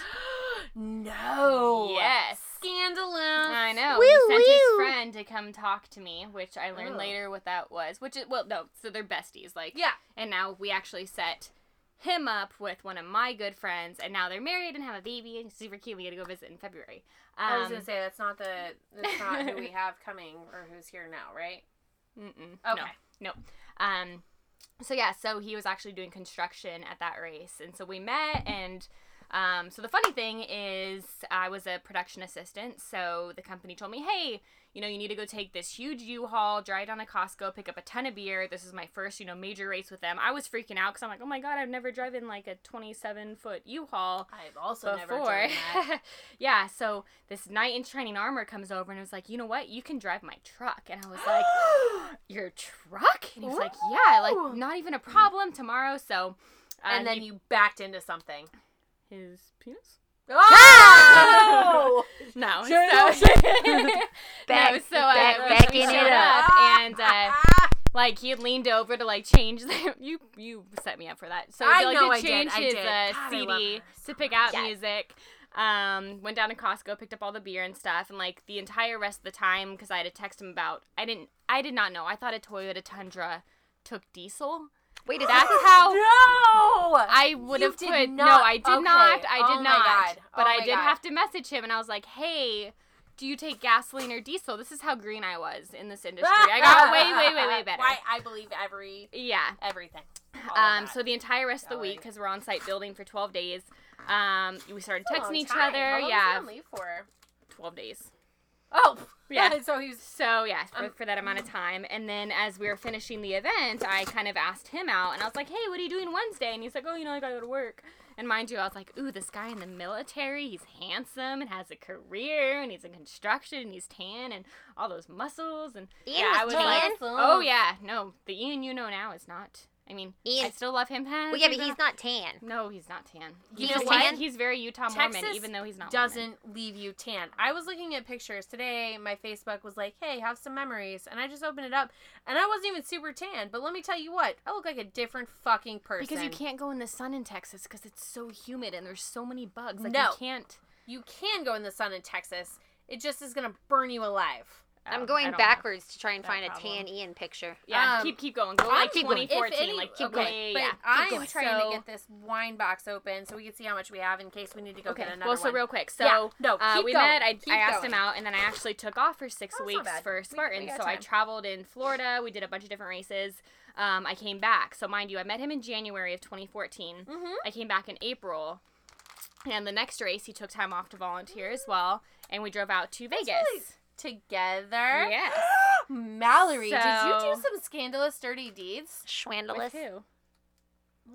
B: no.
C: Yes.
B: Scandalous.
C: I know.
A: Woo,
C: he sent his
A: woo.
C: friend to come talk to me, which I learned
B: Oh.
C: later what that was. Which is well, no, so they're besties, like
B: Yeah.
C: And now we actually set him up with one of my good friends, and now they're married and have a baby, and it's super cute. We got to go visit in February. Um,
B: I was gonna say that's not the that's not who we have coming or who's here now, right?
C: Mm-mm.
B: Okay.
C: No. no. Um, so yeah, so he was actually doing construction at that race, and so we met. And um, so the funny thing is, I was a production assistant. So the company told me, hey, you know, you need to go take this huge U-Haul, drive down to Costco, pick up a ton of beer. This is my first, you know, major race with them. I was freaking out because I'm like, oh my god, I've never driven like a 27 foot U-Haul
B: I've also never
C: before.
B: done that.
C: yeah, so this knight in shining armor comes over and was like, you know what? You can drive my truck. And I was like, your truck? And he's like, yeah,
B: Ooh.
C: like not even a problem tomorrow. So, uh,
B: and then
C: he-
B: you backed into something.
C: his penis.
B: Oh!
C: No, so,
B: Shut
A: Back-
C: no, so
A: back-
C: I,
A: back
C: we
A: in it
C: showed
A: up.
C: and uh, like he had leaned over to like change the you you set me up for that. So
B: I
C: he, like,
B: know
C: to
B: I did,
C: change
B: I
C: his
B: did.
C: Uh,
B: God, I love
C: CD
B: her so
C: to pick out
A: Yes.
C: music. Um, went down to Costco, picked up all the beer and stuff, and like the entire rest of the time, because I had to text him about I didn't I did not know I thought a Toyota Tundra took diesel,
A: Wait, is
C: That's
A: this how?
B: No.
C: I would
B: You
C: have
B: did
C: quit. No,
B: not-
C: I did
B: okay.
C: not. I
B: Oh my
C: did not.
B: God.
C: But
B: Oh
C: I
B: my
C: did
B: God.
C: have to message him, and I was like, "Hey, do you take gasoline or diesel?" This is how green I was in this industry. I got way, way, way, way better.
B: Why I believe every
C: Yeah.
B: everything. All of
C: Um,
B: that.
C: so the entire rest of the
B: Golly.
C: week, because we're on site building for 12 days, um, we started
B: That's a long
C: texting each
B: time.
C: other.
B: How long was he
C: yeah,
B: on leave for?
C: 12 days.
B: Oh,
C: Yeah.
B: So he was.
C: So yeah, for,
B: Um,
C: for that amount of time, and then as we were finishing the event, I kind of asked him out, and I was like, "Hey, what are you doing Wednesday?" And he's like, "Oh, you know, I gotta go to work." And mind you, I was like, "Ooh, this guy in the military, he's handsome and has a career, and he's in construction, and he's tan, and all those muscles." And
A: Ian
C: yeah, I
A: was
C: was
A: tan.
C: like, "Oh yeah, no, the Ian you know now is not. I mean, I
A: Ian-
C: still love him.
A: well, yeah, but he's not tan.
C: No, he's not tan.
B: You
C: He's
B: know
C: tan.
B: what?
C: He's very Utah Mormon,
B: Texas
C: even though he's not. Mormon.
B: doesn't leave you tan. I was looking at pictures today. My Facebook was like, "Hey, have some memories," and I just opened it up, and I wasn't even super tan. But let me tell you what, I look like a different fucking person.
C: Because you can't go in the sun in Texas because it's so humid and there's so many bugs. Like
B: No.
C: you can't.
B: You can go in the sun in Texas. It just is gonna burn you alive.
C: Oh,
A: I'm
C: I
A: going
C: don't
A: backwards to try and
C: that
A: find a
C: problem.
A: tan Ian picture.
C: know. Yeah,
B: Um,
C: keep Oh, keep going. Go
A: I'm
C: like
A: keep going.
C: 2014.
B: If any-
C: like keep
B: okay,
C: going.
B: But
C: yeah,
B: I
C: keep
B: am
C: going.
B: trying
C: so,
B: to get this wine box open so we can see how much we have in case we need to go
C: Okay.
B: get another
C: Well, so
B: one.
C: real quick. So
B: Yeah, no,
C: uh,
B: keep
C: we
B: going,
C: met. I,
B: keep
C: I asked
B: going.
C: him out, and then I actually took off for six
B: Oh, that's not
C: weeks
B: bad. We-
C: for
B: we
C: Spartan.
B: got
C: so I
B: time.
C: traveled in Florida. We did a bunch of different races. Um, I came back. So mind you, I met him in January of 2014.
B: Mhm.
C: I came back in April, and the next race he took time off to volunteer as well, and we drove out to Vegas.
B: really- together.
C: Yes.
B: Mallory, did you
C: So-
B: do some scandalous dirty deeds?
A: Schwandalous.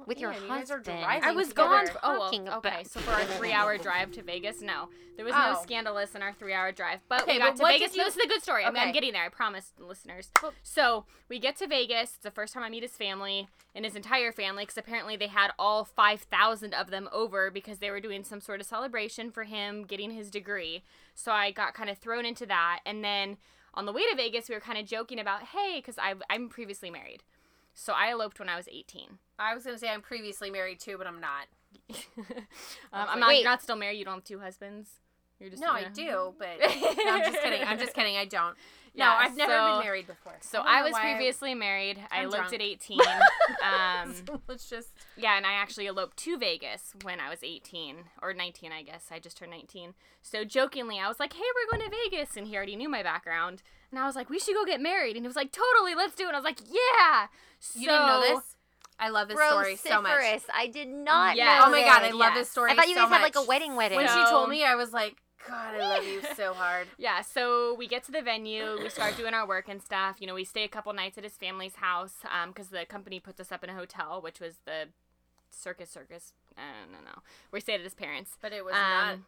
A: With your
B: Yeah, you guys are
A: husband.
B: driving
C: I was
B: together.
C: gone. For, oh,
A: Talking
C: well, okay.
A: about-
C: So for our three-hour drive to Vegas, no, there was no
B: Oh.
C: scandalous in our three-hour drive. But
B: Okay,
C: we
B: but
C: got
B: what
C: to Vegas.
B: did you-
C: No, this is a good story. I mean,
B: Okay.
C: I'm getting there. I promise, the listeners.
B: Well-
C: So we get to Vegas. It's the first time I meet his family and his entire family, because apparently they had all five thousand of them over because they were doing some sort of celebration for him getting his degree. So I got kind of thrown into that, and then. On the way to Vegas, we were kind of joking about, hey, because I'm previously married. So I eloped when I was 18.
B: I was gonna say I'm previously married too, but I'm not.
C: um,
B: was
C: I'm
B: like,
C: not,
A: Wait.
C: you're not still married. You don't have two husbands. You're just
B: No, I
C: yeah.
B: do, but no, I'm just kidding. I'm just kidding. I don't. No,
C: Yeah,
B: I've never
C: so-
B: been married before.
C: So
B: don't
C: I,
B: know
C: was
B: why I-
C: previously married. i
B: I'm
C: eloped
B: drunk.
C: at 18. um,
B: Let's just.
C: yeah, and I actually eloped to Vegas when I was 18 or 19, I guess. I just turned 19. So jokingly, I was like, "Hey, we're going to Vegas," and he already knew my background. And I was like, "We should go get married." And he was like, "Totally, let's do it." And I was like, "Yeah." So,
B: You didn't know this? I love this story so much.
A: Vociferous. I did not
C: Yes.
A: know
B: Oh my god, I
A: this.
B: love
C: Yes.
B: this story.
A: I thought you
B: so
A: guys had like a
B: much.
A: wedding wedding.
B: When she
C: So-
B: told me, I was like, God, I love you so hard.
C: Yeah, so we get to the venue, we start doing our work and stuff. You know, we stay a couple nights at his family's house because the company puts us up in a hotel, which was the Circus Circus. I don't know. We stayed at his parents.
B: But it was not.
C: Um,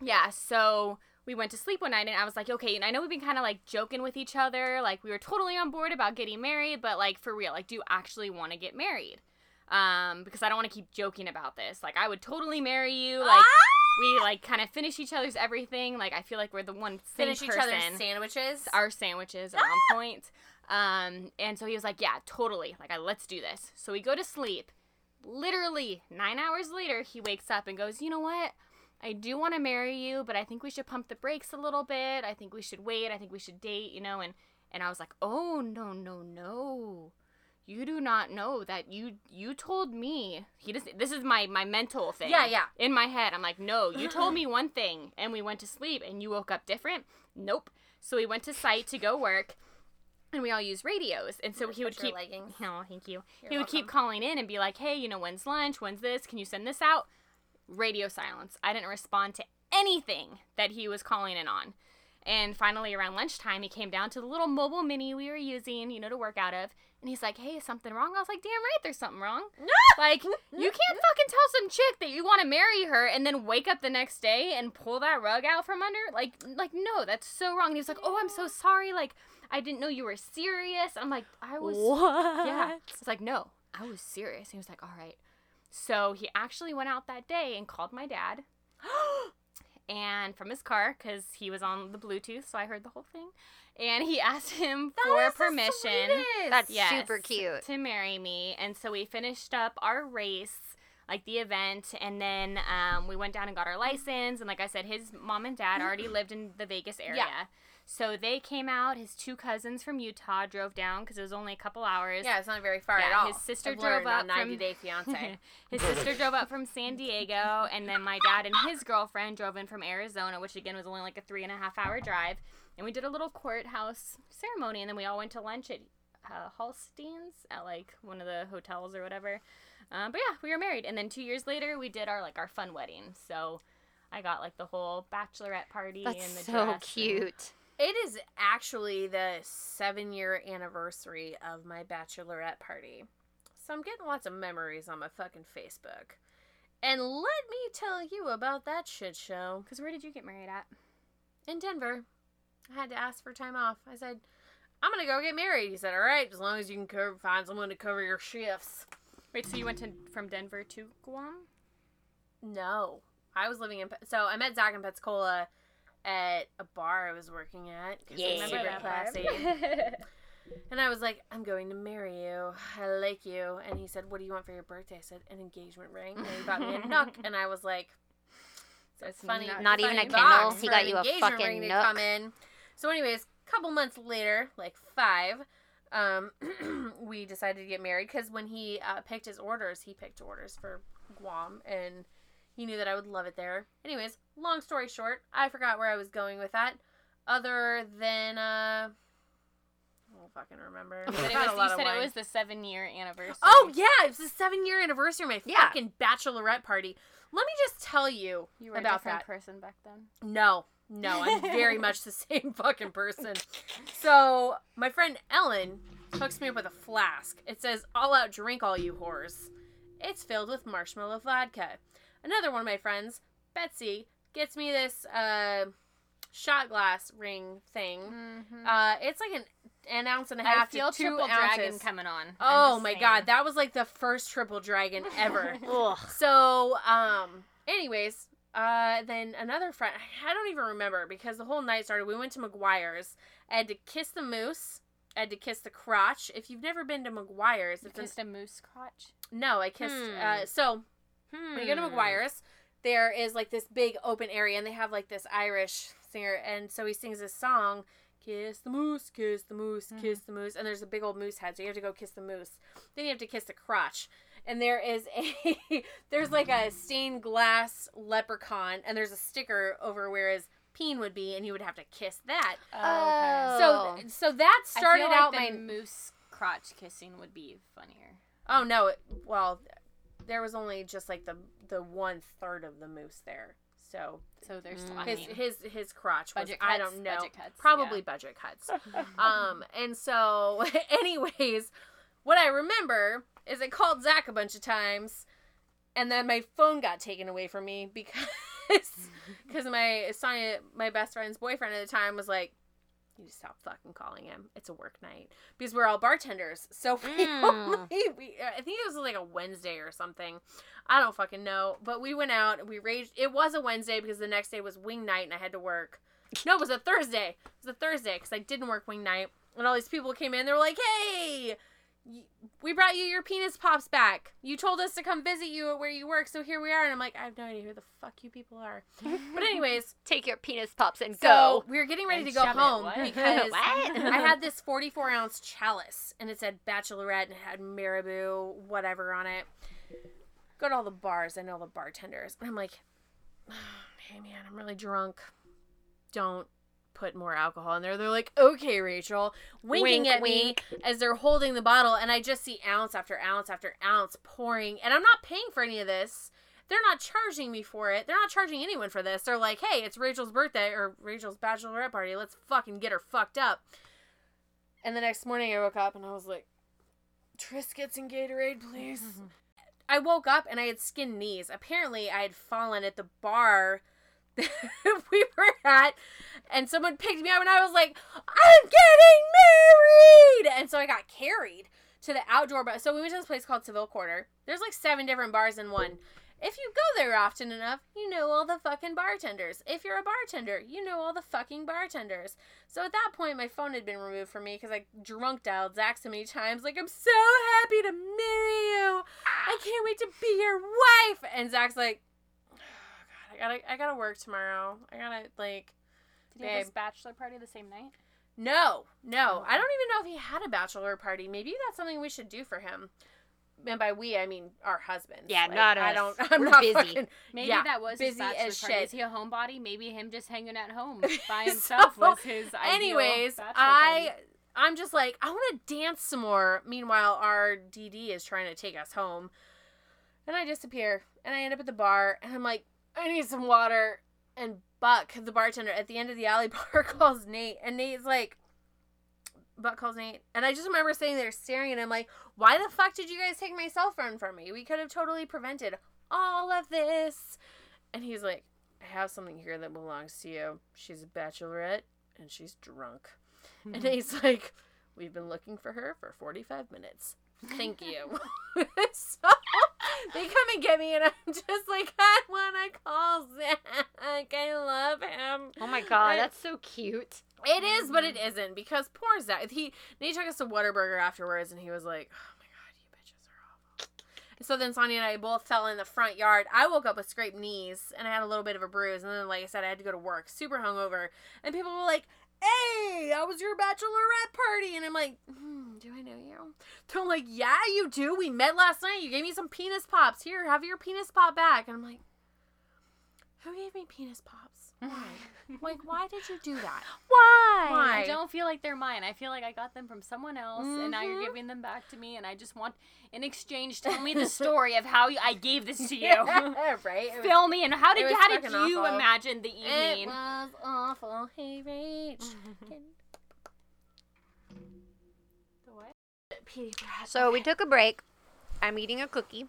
C: yeah, so we went to sleep one night and I was like, okay, and I know we've been kind of like joking with each other. Like, we were totally on board about getting married, but like, for real, like, do you actually want to get married? Um, because I don't want to keep joking about this. Like, I would totally marry you. Like,
B: Ah!
C: we like kind of finish each other's everything. Like I feel like we're the one same
B: Finish each
C: person.
B: other's Ah! sandwiches.
C: Our sandwiches are on point. Um, and so he was like, "Yeah, totally. Like, I, let's do this." So we go to sleep. Literally nine hours later, he wakes up and goes, "You know what? I do want to marry you, but I think we should pump the brakes a little bit. I think we should wait. I think we should date. You know." And and I was like, "Oh no, no, no." You do not know that you you told me he just this is my my mental thing
B: Yeah, yeah.
C: in my head, I'm like, no, you told me one thing and we went to sleep and you woke up different. Nope. So we went to site to go work and we all use radios. And so he would
B: Put your
C: keep
B: leggings.
C: Oh, thank you.
B: You're
C: he would keep
B: welcome.
C: calling in and be like, Hey, you know, when's lunch? When's this? Can you send this out? Radio silence. I didn't respond to anything that he was calling in on. And finally, around lunchtime, he came down to the little mobile mini we were using, you know, to work out of. And he's like, hey, is something wrong? I was like, damn right, there's something wrong. like, you can't fucking tell some chick that you want to marry her and then wake up the next day and pull that rug out from under. Like, like no, that's so wrong. And he was like, oh, I'm so sorry. Like, I didn't know you were serious. I'm like, I was.
A: What?
C: Yeah. It's like, no, I was serious. He was like, all right. So he actually went out that day and called my dad and from his car because he was on the Bluetooth, so I heard the whole thing. And he asked him
B: That
C: for
B: is the
C: permission
B: sweetest.
A: That's
C: Yes.
A: super cute.
C: to marry me. And so we finished up our race, like the event, and then um, we went down and got our license. And like I said, his mom and dad already lived in the Vegas area. So they came out. His two cousins from Utah drove down because it was only a couple hours.
B: Yeah, it's not very far
C: Yeah,
B: at all.
C: his sister
B: I've learned
C: drove
B: on
C: up
B: 90
C: from-
B: Day Fiance.
C: His sister drove up from San Diego, and then my dad and his girlfriend drove in from Arizona, which again was only like a three and a half hour drive. And we did a little courthouse ceremony, and then we all went to lunch at uh, Halstein's at like one of the hotels or whatever. Uh, but yeah, we were married, and then two years later, we did our like our fun wedding. So I got like the whole bachelorette party and the
A: That's so
C: dress and-
A: cute.
B: it is actually the seven year anniversary of my bachelorette party. So I'm getting lots of memories on my fucking Facebook. And let me tell you about that shit show.
C: Cause where did you get married at?
B: in Denver. I had to ask for time off. I said, I'm gonna go get married. He said, All right, as long as you can co- find someone to cover your shifts.
C: Wait, so you went to from Denver to Guam?
B: No, I was living in. Pe- So I met Zach in Pensacola at a bar I was working at. 'cause I'm
A: Yeah.
B: super
A: Remember that
B: classy. and I was like, I'm going to marry you. I like you. And he said, What do you want for your birthday? I said, An engagement ring. And he got me a Nook. And I was like,
C: That's
B: funny.
C: nuts.
A: Not even
B: funny
A: a Kindle,
B: box
A: he
B: for
A: got
B: an
A: you a
B: engagement
A: fucking
B: ring to
A: Nook.
B: Come in. So, anyways, a couple months later, like five, um, we decided to get married because when he uh, picked his orders, he picked orders for Guam, and he knew that I would love it there. Anyways, long story short, I forgot where I was going with that. Other than uh, I don't fucking remember.
C: But it
B: Got
C: was,
B: a lot
C: you
B: of
C: said it
B: wine.
C: was the seven year anniversary.
B: Oh yeah, it was the seven year anniversary of my
A: Yeah.
B: fucking bachelorette party. Let me just tell you,
C: you were
B: about
C: a different
B: that.
C: person back then.
B: No, no, I'm very much the same fucking person. So my friend Ellen hooks me up with a flask. It says, "All out drink, all you whores." It's filled with marshmallow vodka. Another one of my friends, Betsy, gets me this uh, shot glass ring thing. Uh, it's like an an ounce and a half
C: Mm-hmm. Um, I feel
B: to two
C: triple
B: ounces.
C: dragon coming on. I'm
B: Oh
C: just
B: my
C: saying.
B: god, that was like the first triple dragon ever.
A: Ugh.
B: So, um, anyways, uh, then another friend, I don't even remember because the whole night started. We went to McGuire's. I had to kiss the moose. I had to kiss the crotch. If you've never been to McGuire's,
C: You
B: it's an,
C: kissed a moose crotch.
B: no, I kissed.
A: Hmm.
B: Uh, so
A: Hmm.
B: when you go to McGuire's, there is like this big open area, and they have like this Irish singer, and so he sings this song, "Kiss the moose, kiss the moose,
C: Hmm.
B: kiss the moose," and there's a big old moose head, so you have to go kiss the moose. Then you have to kiss the crotch, and there is a there's like a stained glass leprechaun, and there's a sticker over where his peen would be, and you would have to kiss that.
A: Oh.
B: So so that started
C: I feel like
B: out
C: the
B: my
C: moose crotch kissing would be funnier.
B: Oh no! It, well, there was only just like the the one third of the moose there, so
C: So there's
A: Mm.
C: I
B: his
C: mean,
B: his his crotch was
C: Budget
B: I
C: cuts,
B: don't know
C: budget cuts,
B: probably budget cuts. um, and so, anyways, what I remember is I called Zach a bunch of times, and then my phone got taken away from me because because my Sonia, my best friend's boyfriend at the time, was like. You just stop fucking calling him. It's a work night because we're all bartenders. So we
A: Mm.
C: Uh.
B: only we uh, I think it was like a Wednesday or something. I don't fucking know. But we went out and we raged. It was a Wednesday because the next day was wing night and I had to work. No, it was a Thursday. It was a Thursday because I didn't work wing night. And all these people came in. They were like, hey, y- we brought you your penis pops back. You told us to come visit you at where you work. So here we are. And I'm like, I have no idea who the fuck you people are. but, anyways,
A: Take your penis pops and
B: so
A: go.
B: we were getting ready
C: And
B: to go
C: shove it.
B: home
C: What?
B: because
A: What?
B: I had this 44 ounce chalice and it said bachelorette and it had marabou, whatever on it. Go to all the bars. I know all the bartenders. And I'm like, hey man, I'm really drunk. Don't put more alcohol in there. They're like, okay, Rachel, winking
A: Wink,
B: at
A: wink.
B: me as they're holding the bottle. And I just see ounce after ounce after ounce pouring. And I'm not paying for any of this. They're not charging me for it. They're not charging anyone for this. They're like, hey, it's Rachel's birthday or Rachel's bachelorette party. Let's fucking get her fucked up. And the next morning I woke up and I was like, Triscuits and Gatorade, please. I woke up and I had skinned knees. Apparently, I had fallen at the bar that we were at, and someone picked me up, and I was like, I'm getting married! And so I got carried to the outdoor bar. So we went to this place called Seville Quarter. There's like seven different bars in one. If you go there often enough, you know all the fucking bartenders. If you're a bartender, you know all the fucking bartenders. So at that point, my phone had been removed from me because I drunk dialed Zach so many times. Like, I'm so happy to marry you. I can't wait to be your wife. And Zach's like, oh, God, I gotta, I gotta work tomorrow. I gotta like.
C: Did he have his bachelor party the same night?
B: No,
A: Oh.
B: no. I don't even know if he had a bachelor party. Maybe that's something we should do for him. And by we, I mean our husbands.
A: Yeah, not
B: I
A: us.
B: don't. I'm
A: We're
B: not
A: busy.
B: fucking-
C: Maybe
B: Yeah,
C: that was
B: busy
C: his bachelor
B: as
C: party.
B: shit.
C: Is he a homebody? Maybe him just hanging at home by himself was his ideal
B: Anyways,
C: bachelor
B: I,
C: party.
B: I'm just like I want to dance some more. Meanwhile, our DD is trying to take us home, and I disappear, and I end up at the bar, and I'm like, I need some water. And Buck, the bartender at the end of the alley bar, calls Nate, and Nate's like, Buck calls Nate, and I just remember sitting there staring at him like, why the fuck did you guys take my cell phone from me? We could have totally prevented all of this. And he's like, I have something here that belongs to you. She's a bachelorette and she's drunk. And he's like, We've been looking for her for 45 minutes. Thank you. so they come and get me, and I'm just like, I want to call Zach. I love him.
A: Oh my god,
B: I-
A: that's so cute.
B: It is, but it isn't because poor Zach. He they took us to Whataburger afterwards, and he was like, "Oh my god, you bitches are awful." So then Sonia and I both fell in the front yard. I woke up with scraped knees, and I had a little bit of a bruise. And then, like I said, I had to go to work, super hungover, and people were like. Hey, I was your bachelorette party, and I'm like, hmm, do I know you? They're like, yeah, you do. We met last night. You gave me some penis pops. Here, have your penis pop back. And I'm like, who gave me penis pops? Why? like, why did you do that?
A: Why?
B: Why?
C: I don't feel like they're mine. I feel like I got them from someone else, and now you're
B: Mhm.
C: giving them back to me. And I just want, in exchange, tell me the story of how you- I gave this to you.
B: Yeah, right. It was,
C: Fill me in. How
B: it
C: did
B: was
C: how did
B: fucking
C: you
B: awful.
C: imagine the
B: it
C: evening?
B: was awful. Hey, Rach.
C: The what?
B: Petey Brad.
A: So we took a break. I'm eating a cookie.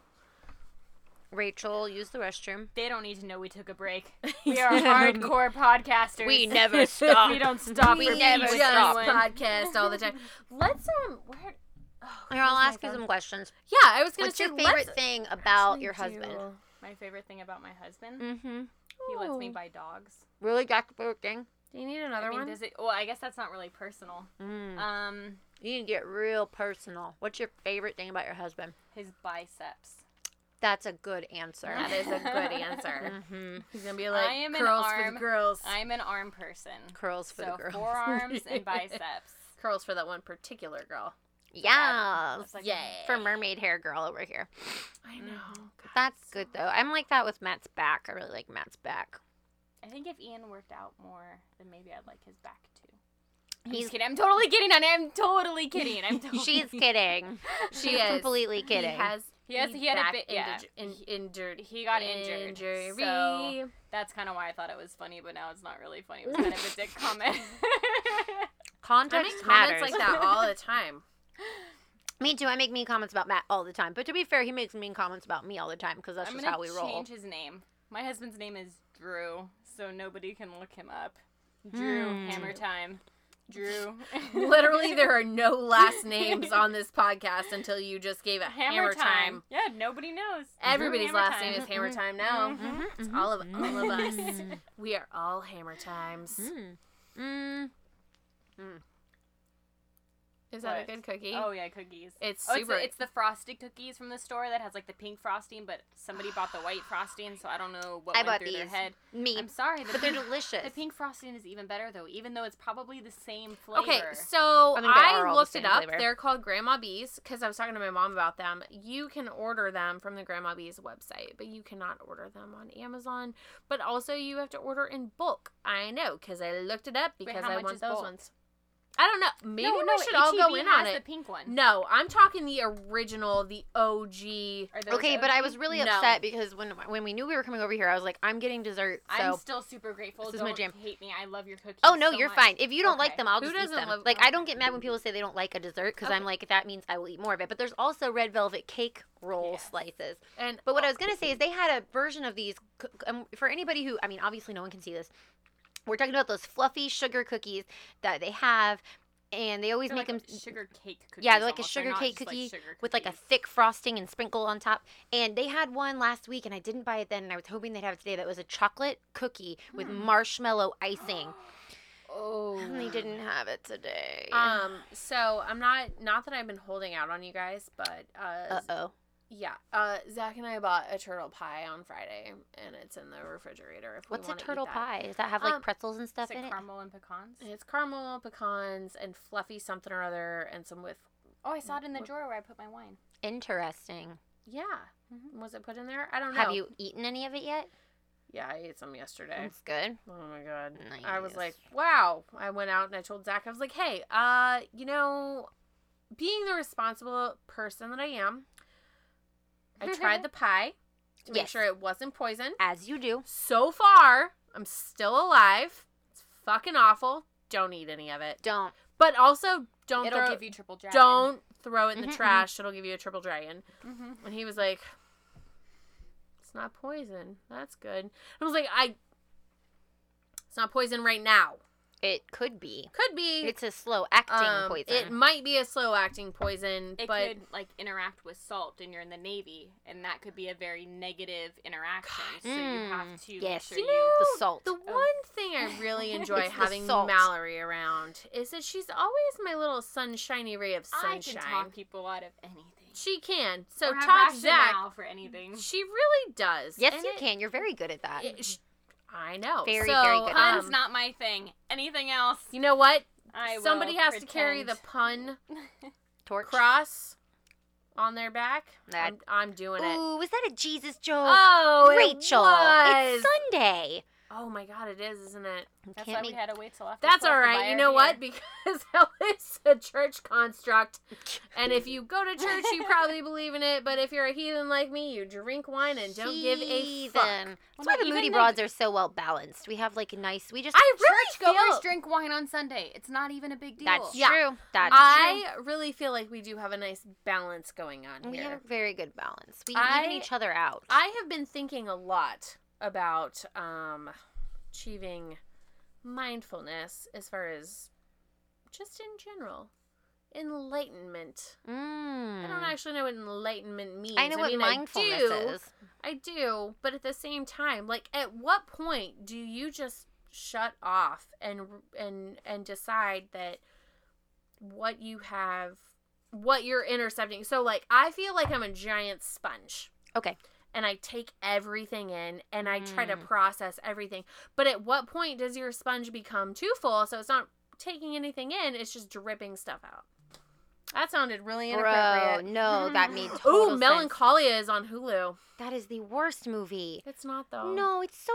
A: Rachel used the restroom.
C: They don't need to know we took a break. We are hardcore podcasters.
A: We never stop.
C: We don't stop.
A: We
C: for
A: never
C: peace,
A: stop.
C: anyone.
B: podcast all the time. Let's um, where? Oh,
A: Here, I'll
B: where's my
A: ask you
B: phone?
A: some questions.
B: Yeah, I was gonna
A: What's
B: say.
A: your favorite
B: let's
A: thing about
B: actually
A: your husband?
B: do-
C: My favorite thing about my husband,
A: Mm-hmm.
C: he lets me
B: Ooh.
C: buy dogs.
A: Really, that's your favorite thing.
B: Do you need another
C: I mean,
B: one?
C: does it? Well, I guess that's not really personal.
B: Uh,
A: Mm.
C: Um,
A: You can get real personal. What's your favorite thing about your husband?
C: his biceps.
A: That's a good answer.
B: That is a good answer.
A: Mm-hmm.
B: He's gonna be like
C: I am an
B: curls for
C: arm.
B: the girls.
C: I'm an arm person.
A: Curls for
C: so
A: the girls.
C: forearms and biceps.
B: Curls for that one particular girl.
A: Yeah.
C: Looks like a-
B: Yeah.
A: For mermaid hair girl over here.
B: I know. God,
A: That's
B: so-
A: good though. I'm like that with Matt's back. I really like Matt's back.
C: I think if Ian worked out more, then maybe I'd like his back too. I'm
A: He's
C: just kidding. I'm totally kidding. and I'm totally kidding. I'm totally.
A: she's kidding. She's
B: is.
A: completely kidding.
B: He has.
C: He has- he had a
B: back
C: bit- yeah.
B: indig- in- injured.
C: He got injured.
B: Injury.
C: So that's kind of why I thought it was funny, but now it's not really funny. It was kind of a dick comment.
B: I
A: Context
B: make
A: matters.
B: comments like that all the time.
A: Me too. I make mean comments about Matt all the time. But to be fair, he makes mean comments about me all the time because that's
C: I'm
A: just
C: gonna
A: how we roll.
C: change his name. My husband's name is Drew, so nobody can look him up. Drew,
A: Hmm.
C: hammer time. Drew.
B: Literally, there are no last names on this podcast until you just gave a
C: hammer, time. Yeah, nobody knows.
B: Everybody's
C: Hammer
B: last
C: time.
B: name is Mm-hmm. Hammer Time Mm-hmm. now.
A: Mhm,
B: It's
C: Mm-hmm.
A: mhm.
B: all of all of us. We are all Hammer Times.
A: Mm. Mm.
B: Is that
C: What?
B: a good cookie?
C: Oh yeah, cookies.
B: It's
C: Oh,
B: super.
C: It's, the, it's the frosted cookies from the store that has like the pink frosting, but somebody bought the white frosting, so I don't know what
A: I
C: went
A: bought
C: through their
A: these.
C: head.
A: Me.
C: I'm sorry, the
A: but they're
C: pink-
A: delicious.
C: The pink frosting is even better though, even though it's probably the same flavor.
B: Okay, so
A: I
B: I,
A: think they are all the
B: looked
A: same
B: it up.
A: flavor.
B: They're called Grandma Bees because I was talking to my mom about them. You can order them from the Grandma Bees website, but you cannot order them on Amazon. But also, you have to order in bulk. I know because I looked it up because
C: how
B: I
C: much
B: want
C: is
B: those
C: bulk?
B: ones. I don't know. Maybe
C: no,
B: we
C: no,
B: should all go
C: H-E-B
B: in on
C: has The
B: it.
C: pink one.
B: No, I'm talking the original, the OG.
C: Are those
A: okay, but I
C: OG?
A: was really
B: No.
A: upset because when when we knew we were coming over here, I was like, I'm getting dessert.
C: I'm
A: So.
C: still super grateful.
A: This is
C: don't
A: my jam.
C: hate me. I love your cookies.
A: Oh no,
C: so
A: you're
C: much.
A: fine. If you don't like
C: Okay.
A: them, I'll
B: Who
A: just eat
B: doesn't
A: them.
B: love-
A: like I don't get mad when people say they don't like a dessert because I'm like that means I will eat more of it. But there's also red velvet cake roll
C: Yes.
A: slices.
B: And
A: But what I was gonna say is they had a version of these c- c- um, for anybody who I mean, obviously no one can see this. We're talking about those fluffy sugar cookies that they have, and they always
C: They're
A: make
C: like
A: them
C: sugar cake cookies.
A: yeah, they're like a
C: almost. They're
A: sugar
C: not
A: cake
C: just, like,
A: cookie
C: sugar
A: with like a
C: cookies.
A: thick frosting and sprinkle on top. And they had one last week, and I didn't buy it then, and I was hoping they'd have it today. That was a chocolate cookie with marshmallow icing,
C: Oh.
A: and they didn't have it today.
B: um, so I'm not not that I've been holding out on you guys, but uh,
A: uh oh.
B: yeah, Uh, Zach and I bought a turtle pie on Friday, and it's in the refrigerator. If
A: What's a
B: we wanna eat
A: turtle
B: that.
A: pie? Does that have like
B: Um,
A: pretzels and stuff
C: Is
A: in
C: it
A: it?
C: caramel and pecans?
B: And It's caramel, pecans, and fluffy something or other, and some with
C: Oh, I saw it in the
B: What-
C: drawer where I put my wine.
A: Interesting.
B: yeah. Was it put in there? I don't know.
A: Mm-hmm. Have you eaten any of it yet?
B: Yeah, I ate some yesterday.
A: It's good.
B: Oh my god. I was
A: Nice.
B: like, wow. I went out and I told Zach, I was like, hey, uh, you know, being the responsible person that I am, I tried the pie to make
A: Yes.
B: sure it wasn't poison.
A: As you do.
B: So far, I'm still alive. It's fucking awful. Don't eat any of it.
A: Don't.
B: But also, don't
C: It'll
B: throw,
C: give you triple dragon. Mm-hmm,
B: don't throw it in the
A: Mhm, mhm.
B: trash. It'll give you a triple dragon.
C: Mhm.
B: And he was like, "It's not poison. That's good." I was like, "I, it's not poison right now.
A: It could be.
B: Could be.
A: It's a slow acting
B: um,
A: poison.
B: It might be a slow acting poison,
C: It
B: but
C: could like interact with salt, and you're in the navy, and that could be a very negative interaction. So you have
A: Mm,
C: to
A: yes.
C: make sure
A: You
C: you.
A: the salt.
B: The
C: Oh.
B: one thing I really enjoy
A: It's the
B: having
A: salt.
B: Mallory around is that she's always my little sunshiny ray of
C: I
B: sunshine.
C: can talk people out of anything.
B: She can. So
C: Or have
B: talk Zach.
C: rationale for anything.
B: She really does.
A: yes,
B: And
A: you
B: it-
A: can. You're very good at that.
B: it- sh- I know.
A: Very,
B: So,
A: very good at
B: um,
C: Pun's not my thing. Anything else?
B: you know what?
C: I will
B: Somebody has to carry the
C: pretend.
B: pun
A: Torch.
B: cross on their back.
A: That-
B: I'm, I'm doing it.
A: Ooh, was that a Jesus joke?
B: Oh, it
A: Rachel,
B: was.
A: it's Sunday.
B: oh my God, it is, isn't it?
A: You
C: That's why
A: can't
C: we had to wait till after.
B: That's
C: 12
B: all
C: to
B: right.
C: buy
B: You
C: our
B: know what?
C: beer.
B: Because hell is a church construct. And if you go to church, you probably believe in it. But if you're a heathen like me, you drink wine and don't give a fuck.
A: Heathen. That's
C: Well,
A: why
C: no,
A: the
C: even
A: Moody
C: if-
A: Broads are so well balanced. We have like a nice. We just.
B: I really
C: Churchgoers
B: feel.
C: drink wine on Sunday. It's not even a big deal.
A: that's
B: Yeah.
A: true. That's
B: I really feel like we do have a nice balance going on
A: true. We have
B: here.
A: a very good balance. We
B: I-
A: even each other out.
B: I have been thinking a lot about um, achieving mindfulness as far as just in general enlightenment.
A: Mm.
B: I don't actually know what enlightenment means.
A: I know what
B: mean,
A: mindfulness
B: I do,
A: is.
B: I do, but at the same time, like at what point do you just shut off and and and decide that what you have what you're intercepting. So like I feel like I'm a giant sponge.
A: Okay.
B: And I take everything in and I try to
A: Mm.
B: process everything. But at what point does your sponge become too full so it's not taking anything in, it's just dripping stuff out. That sounded really
A: Bro,
B: inappropriate.
A: no, that made total
B: Ooh,
A: sense.
B: Melancholia is on Hulu.
A: That is the worst movie.
B: It's not though.
A: No, it's so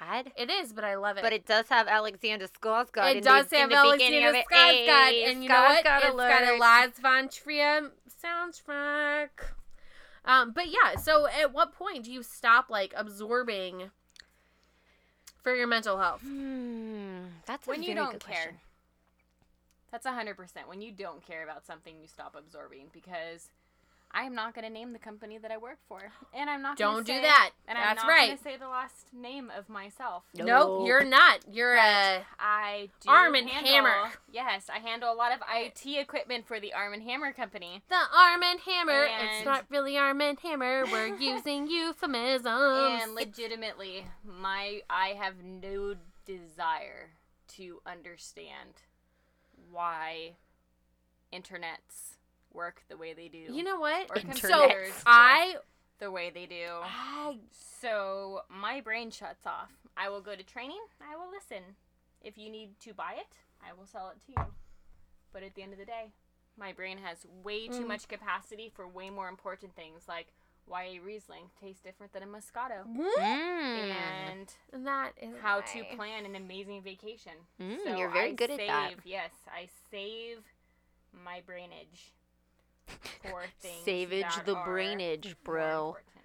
A: sad.
B: It is, but I love it.
A: Um, But it does have Alexander Skarsgård.
B: It
A: in
B: does
A: the, in
B: have
A: the beginning
B: Alexander
A: of it. Hey,
B: Skarsgård, and you know what?
A: Skarsgård
B: It's got a
A: alert.
B: Lars von Trier soundtrack. Um, but yeah, so at what point do you stop like absorbing for your mental health?
A: Hmm, that's a
C: When you
A: very
C: don't
A: good
C: care.
A: question.
C: That's 100%. When you don't care about something, you stop absorbing because I am not going to name the company that I work for. And I'm not gonna
B: Don't do
C: say-
B: that.
C: And
B: That's
C: I'm not
B: right.
C: going to say the last name of myself.
A: No.
B: Nope, you're not. You're uh, a
C: I do
B: Arm and
C: handle-
B: Hammer.
C: Yes, I handle a lot of IT equipment for the Arm and Hammer company.
B: the Arm and Hammer. it's
C: And-
B: not really Arm and Hammer. We're using euphemisms.
C: and legitimately, my I have no desire to understand why internets work the way they do.
B: you know what?
C: or
B: So
C: computers work
B: I,
C: the way they do.
A: Ah.
B: I
C: So my brain shuts off. I will go to training. I will listen. If you need to buy it, I will sell it to you. But at the end of the day, my brain has way too
B: Mm.
C: much capacity for way more important things like why a Riesling tastes different than a Moscato
A: Hmm. Mm.
C: and
B: And that is
C: how
B: why.
C: to plan an amazing vacation.
A: Mm, you're very good at
C: save,
A: that.
C: Yes, I save my brainage for things
A: Savage
C: that
A: the
C: are
A: brainage,
C: more
A: bro.
C: important.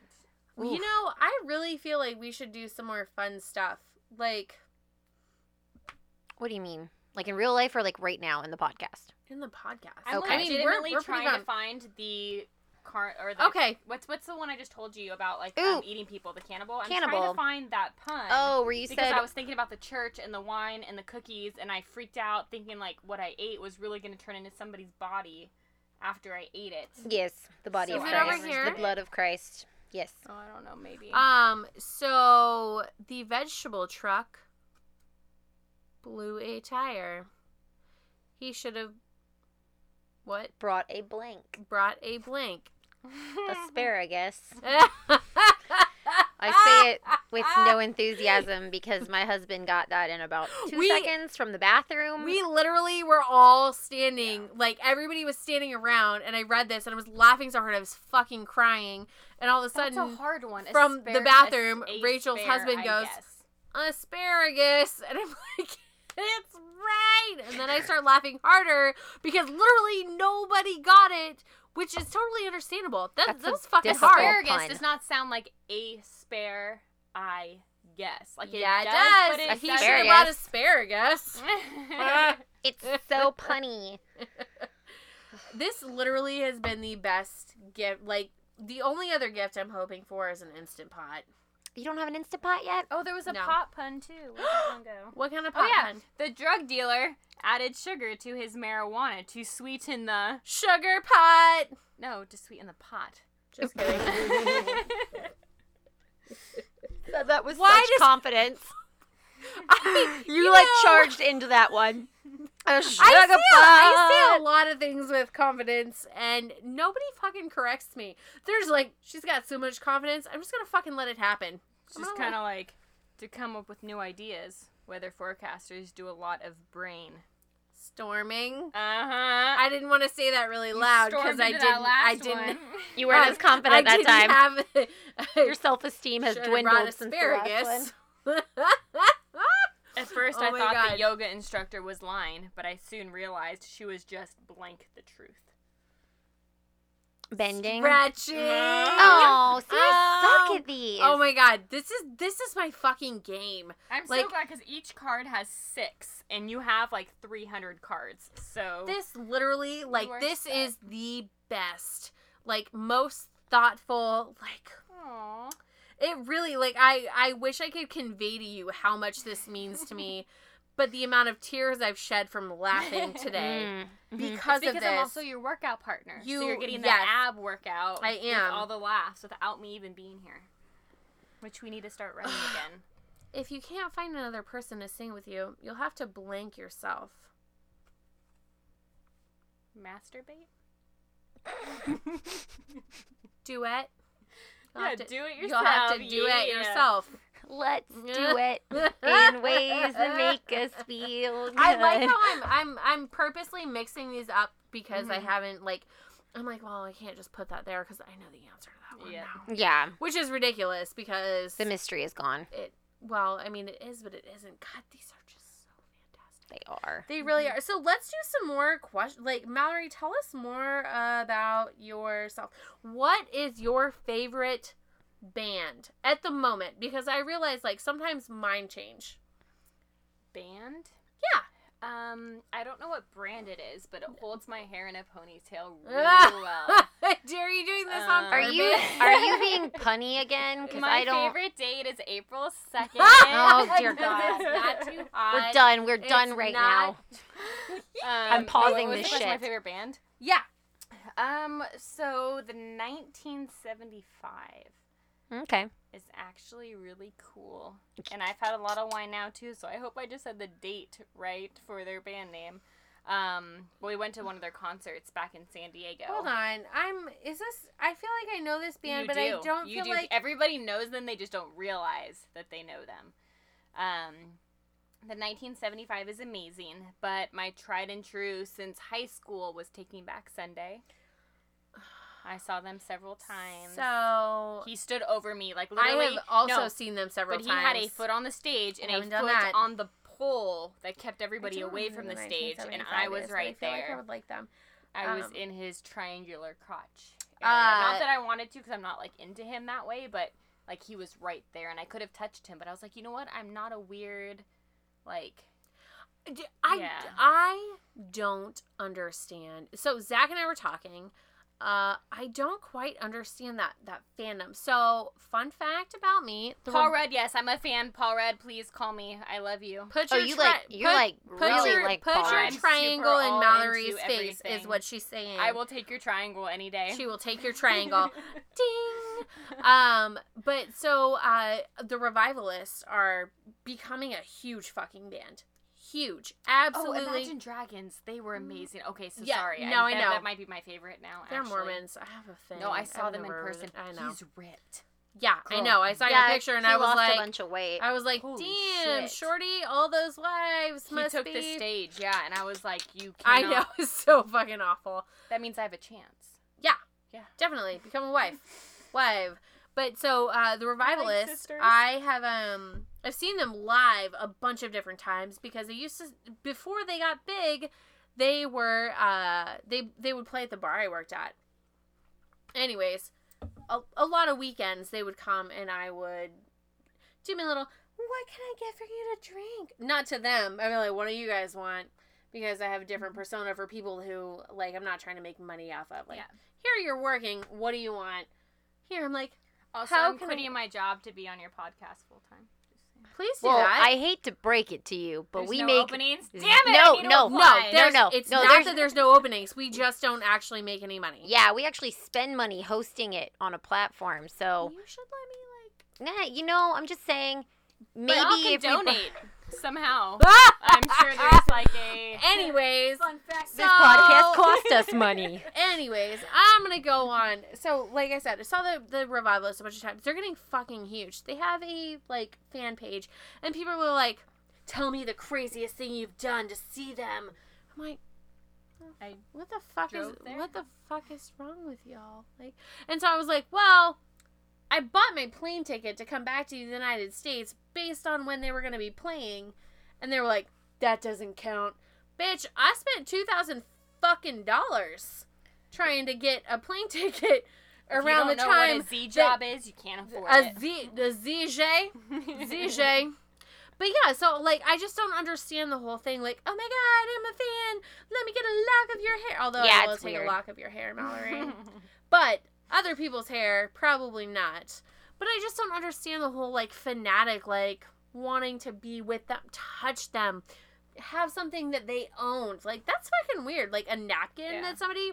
B: You
A: Oof.
B: know, I really feel like we should do some more fun stuff. Like
A: What do you mean? Like in real life or like right now in the podcast?
B: in the podcast.
C: I'm
A: Okay.
C: okay.
A: I
B: mean, we're,
C: legitimately
B: we're pretty
C: trying to
B: good.
C: find the car or the
B: Okay.
C: What's what's the one I just told you about? Like um,
A: Ooh.
C: eating people, the cannibal. I'm trying
A: Cannibal.
C: to find that pun.
A: Oh, where you
C: because
A: said
C: I was thinking about the church and the wine and the cookies, and I freaked out thinking like what I ate was really going to turn into somebody's body after I ate it.
A: yes, the body
C: So
A: of
B: Is it over
A: Christ,
B: here?
A: the blood of Christ. Yes.
C: Oh, I don't know, maybe.
B: Um, so the vegetable truck blew a tire. He should have what?
A: Brought a blank,
B: Brought a blank.
A: a spare asparagus. I say it with
B: Ah.
A: no enthusiasm because my husband got that in about two
B: We-
A: seconds from the bathroom.
B: We literally were all standing, like everybody was standing around, and I read this and I was laughing so hard I was fucking crying. And all of a
C: That's
B: sudden,
C: a hard one.
B: from the
C: Asparagus,
B: bathroom,
C: a
B: Rachel's
C: spare,
B: husband
C: I
B: goes,
C: guess.
B: asparagus and i'm like it's right and then i start laughing harder because literally nobody got it which is totally understandable that,
A: That's
B: that's
A: a
B: fucking
A: difficult-
B: hard
C: Asparagus
A: pun.
C: does not sound like a spare. I guess. Like it
B: yeah it
C: does.
B: does,
C: But it
B: he
C: doesn't.
B: should have brought asparagus
A: it's so punny.
B: this literally has been the best gift like the only other gift i'm hoping for is an instant pot
A: You don't have an Instant Pot yet?
C: oh, there was a
B: No.
C: pot pun too. Where did that one go?
B: what kind of pot
C: Oh yeah,
B: pun?
C: the drug dealer added sugar to his marijuana to sweeten the
B: sugar pot
C: no, to sweeten the pot.
B: just kidding
A: That was
B: Why
A: such
B: does-
A: confidence. You, like
B: know-
A: charged into that one. A sugar
B: I say, I say
A: pot.
B: a lot of things with confidence, and nobody fucking corrects me. There's like, she's got so much confidence. I'm just gonna fucking let it happen.
C: It's
B: Oh.
C: just kind of like to come up with new ideas. Weather forecasters do a lot of brain.
B: Storming.
C: Uh huh.
B: I didn't want to say that really Uh-huh. loud because I didn't. I didn't.
A: You weren't as confident
B: I
A: that time.
B: didn't Have,
A: Your self esteem has
B: Should've brought
A: dwindled since the last
B: asparagus.
C: At first,
B: Oh
C: I
B: my
C: thought
B: God.
C: the yoga instructor was lying, but I soon realized she was just blank the truth.
A: one. Bending.
B: Stretching.
A: Oh, so you
B: Oh.
A: suck at these.
B: Oh my god, this is this is my fucking game.
C: I'm so
B: Like-
C: glad because each card has six, and you have like 300 cards. So
B: this literally like
C: are
B: this
C: set.
B: is the best like most thoughtful like
C: Aw.
B: it really like i i wish i could convey to you how much this means to me but the amount of tears i've shed from laughing today
A: Mm. Mhm.
B: because,
C: because
B: of this
C: I'm also your workout partner. so
B: You-
C: you're getting
B: yes.
C: that ab workout.
B: I
C: with
B: am.
C: all the laughs without me even being here, which we need to start running again.
B: if you can't find another person to sing with you you'll have to blank yourself
C: Masturbate.
B: duet You'll
C: Yeah,
B: have to-
C: do it
B: you'll have to
C: yourself,
B: do it
C: yeah.
B: yourself
A: Let's do it in ways that make us feel good.
B: I like how I'm I'm I'm purposely mixing these up because I
C: Mhm.
B: haven't like I'm like, well, I can't just put that there because I know the answer to that one
C: Yeah.
B: now,
A: Yeah,
B: which is ridiculous because
A: the mystery is gone.
B: it. Well, I mean, it is, but it isn't. God, these are just so fantastic. Mm-hmm.
A: They are.
B: They really are. So let's do some more questions. Like Mallory, tell us more about yourself. What is your favorite band at the moment? Because I realize like sometimes mine change.
C: Band.
B: Yeah.
C: Um, I don't know what brand it is, but it holds my hair in a ponytail really well.
B: Dare you doing this on
C: Um,
A: Are you
B: purpose?
A: are you being punny again? Because
C: My
A: I don't.
C: favorite date is April second.
A: Oh, dear God.
B: It's not too hot.
A: We're done. We're done
B: It's
A: right
B: not-
A: now.
C: I'm
A: pausing this
C: My
A: shit.
C: favorite band.
B: Yeah.
C: Um, so the 1975
A: Okay.
C: is actually really cool, and I've had a lot of wine now too. So I hope I just said the date right for their band name. Um, but we went to one of their concerts back in San Diego.
B: Hold on. I'm. Is this? I feel like I know this band,
C: You
B: but I
C: do.
B: don't
C: You
B: feel
C: do.
B: like.
C: everybody knows them. They just don't realize that they know them. Um, the 1975 is amazing, but my tried and true since high school was Taking Back Sunday. I saw them several times.
B: So
C: he stood over me, like
B: I
C: literally.
B: have also
C: no,
B: seen them several
C: but he
B: times.
C: had a foot on the stage and a
B: haven't done
C: foot
B: that.
C: on the pole that kept
B: I
C: everybody
B: don't
C: away
B: know
C: from
B: who
C: the stage, and
B: 1975
C: I was
B: is, but
C: right
B: I feel
C: there.
B: Like I would like them.
C: I was
B: Um,
C: in his triangular crotch. Area. not
B: Uh,
C: that I wanted to, because I'm not like into him that way, but like he was right there, and I could have touched him, but I was like, you know what? I'm not a weird, like.
B: D- I
C: Yeah.
B: I don't understand. So Zach and I were talking. Uh, I don't quite understand that that fandom. So fun fact about me: the
C: Paul
B: Re-
C: Rudd, yes, I'm a fan. Paul Rudd, please call me. I love you.
B: Put
A: Oh,
B: your
A: you
B: tri-
A: like you're
B: put-
A: like
B: Put
A: really
B: your,
A: like
B: put
A: Paul.
B: your
C: I'm super
B: triangle in
C: all
B: Mallory's
C: into
B: face is
C: everything.
B: what she's saying.
C: I will take your triangle any day.
B: She will take your triangle. Ding. Um, but so uh, the revivalists are becoming a huge fucking band. Huge. Absolutely. Mm-hmm.
C: Oh, Imagine Dragons. They were amazing. Okay, so
B: Yeah,
C: sorry.
B: no, I
C: that,
B: know.
C: That might be my favorite now.
B: They're
C: actually.
B: Mormons. I have a thing.
C: No, I saw
B: don't
C: them in
B: remember.
C: person.
B: I know.
C: He's ripped.
B: yeah, I
C: Girl.
B: know. I saw your picture and
A: he
B: I was
A: lost
B: like,
A: a bunch of weight.
B: I was like,
C: Holy
B: damn,
C: shit."
B: Shorty, all those wives
C: He
B: must
C: took
B: be.
C: the stage, yeah, and I was like, you cannot.
B: I know it's so fucking awful.
C: That means I have a chance.
B: Definitely become a wife, wife. But so uh, the revivalists,
C: sisters.
B: I have um, I've seen them live a bunch of different times because they used to before they got big, they were uh, they they would play at the bar I worked at. Anyways, a, a lot of weekends they would come and I would do me a little. What can I get for you to drink? Not to them. I mean, like, what do you guys want? Because I have a different persona for people who like I'm not trying to make money off of. Like,
C: Mm-hmm. Yeah.
B: here you're working. What do you want? Here I'm like,
C: Also,
B: How
C: I'm
B: can I-
C: quitting my job to be on your podcast full time. Just saying.
B: please do
A: well,
B: that.
A: I hate to break it to you, but
C: There's
A: we
C: no
A: make
C: openings.
A: z-
C: Damn it! I
A: no,
C: need to
A: no,
C: apply.
A: no,
B: there's- it's
A: no,
B: not
A: there's-
B: that there's no openings. We just don't actually make any money.
A: yeah, we actually spend money hosting it on a platform. So,
C: You should let me like.
A: nah, you know, I'm just saying, maybe
C: But I'll
A: if we br-
C: donate somehow.
B: Ah!
C: I'm sure there's like a
B: Anyways,
C: fun fact.
A: this podcast cost us money.
B: Anyways, I'm gonna go on. So, like I said, I saw the the revivalists a bunch of times. They're getting fucking huge. They have a like fan page, and people were like, "Tell me the craziest thing you've done to see them." I'm like,
C: I
B: "What the fuck is
C: drove there."
B: what the fuck is wrong with y'all?" Like, and so I was like, "Well, I bought my plane ticket to come back to the United States based on when they were gonna be playing," and they were like, "That doesn't count." Bitch, I spent two thousand fucking dollars trying to get a plane ticket
C: If you
B: around the
C: don't know
B: time
C: what a Z job is, you can't afford
B: a
C: it.
B: Z the ZJ ZJ. But yeah, so like I just don't understand the whole thing. Like, oh my god, I'm a fan. Let me get a lock of your hair. Although
A: Yeah,
B: I will
A: it's
B: take
A: weird.
B: a lock of your hair, Mallory. but other people's hair, probably not. But I just don't understand the whole like fanatic, like wanting to be with them, touch them, have something that they owned. Like that's fucking weird. Like a napkin
C: Yeah.
B: that somebody.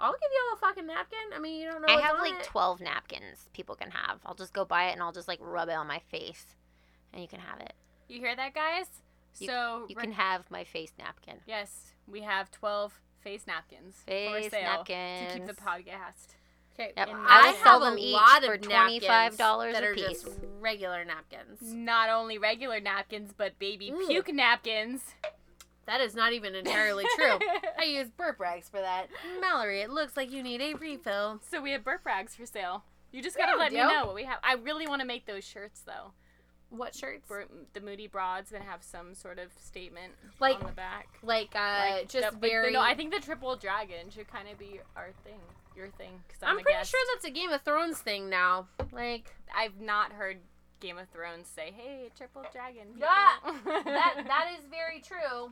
B: I'll give you all a fucking napkin. I mean, you don't know.
A: I
B: what's
A: have
B: on
A: like
B: it.
A: 12 napkins people can have. I'll just go buy it and I'll just like rub it on my face and you can have it.
C: You hear that, guys?
A: You-
C: so
A: You
C: Ra-
A: can have my face napkin.
C: yes, we have twelve face napkins
A: Face
C: for sale
A: napkins.
C: to keep the podcast.
B: Okay,
A: Yep.
B: and
A: I will
B: have
A: sell
B: a
A: them each
B: lot
A: for
B: of
A: $25
B: napkins that
A: a
B: are just
A: piece.
B: regular napkins.
C: Not only regular napkins, but baby
B: Ooh.
C: puke napkins.
B: That is not even entirely true. I use burp rags for that. Mallory, it looks like you need a refill.
C: So we have burp rags for sale. You just
B: Yeah,
C: gotta let me
B: dude.
C: know what we have. I really want to make those shirts though.
B: What shirts?
C: Bur- the Moody Broads that have some sort of statement
B: Like-
C: on the back.
B: Like, uh,
C: Like,
B: just
C: the- but the-
B: very.
C: no, I think the Triple Dragon should kind of be our thing, your thing. Cause I'm,
B: I'm
C: a
B: pretty
C: guest.
B: sure that's a Game of Thrones thing now. Like
C: I've not heard Game of Thrones say, "Hey, Triple Dragon." people."
B: Yeah, that. that is very true.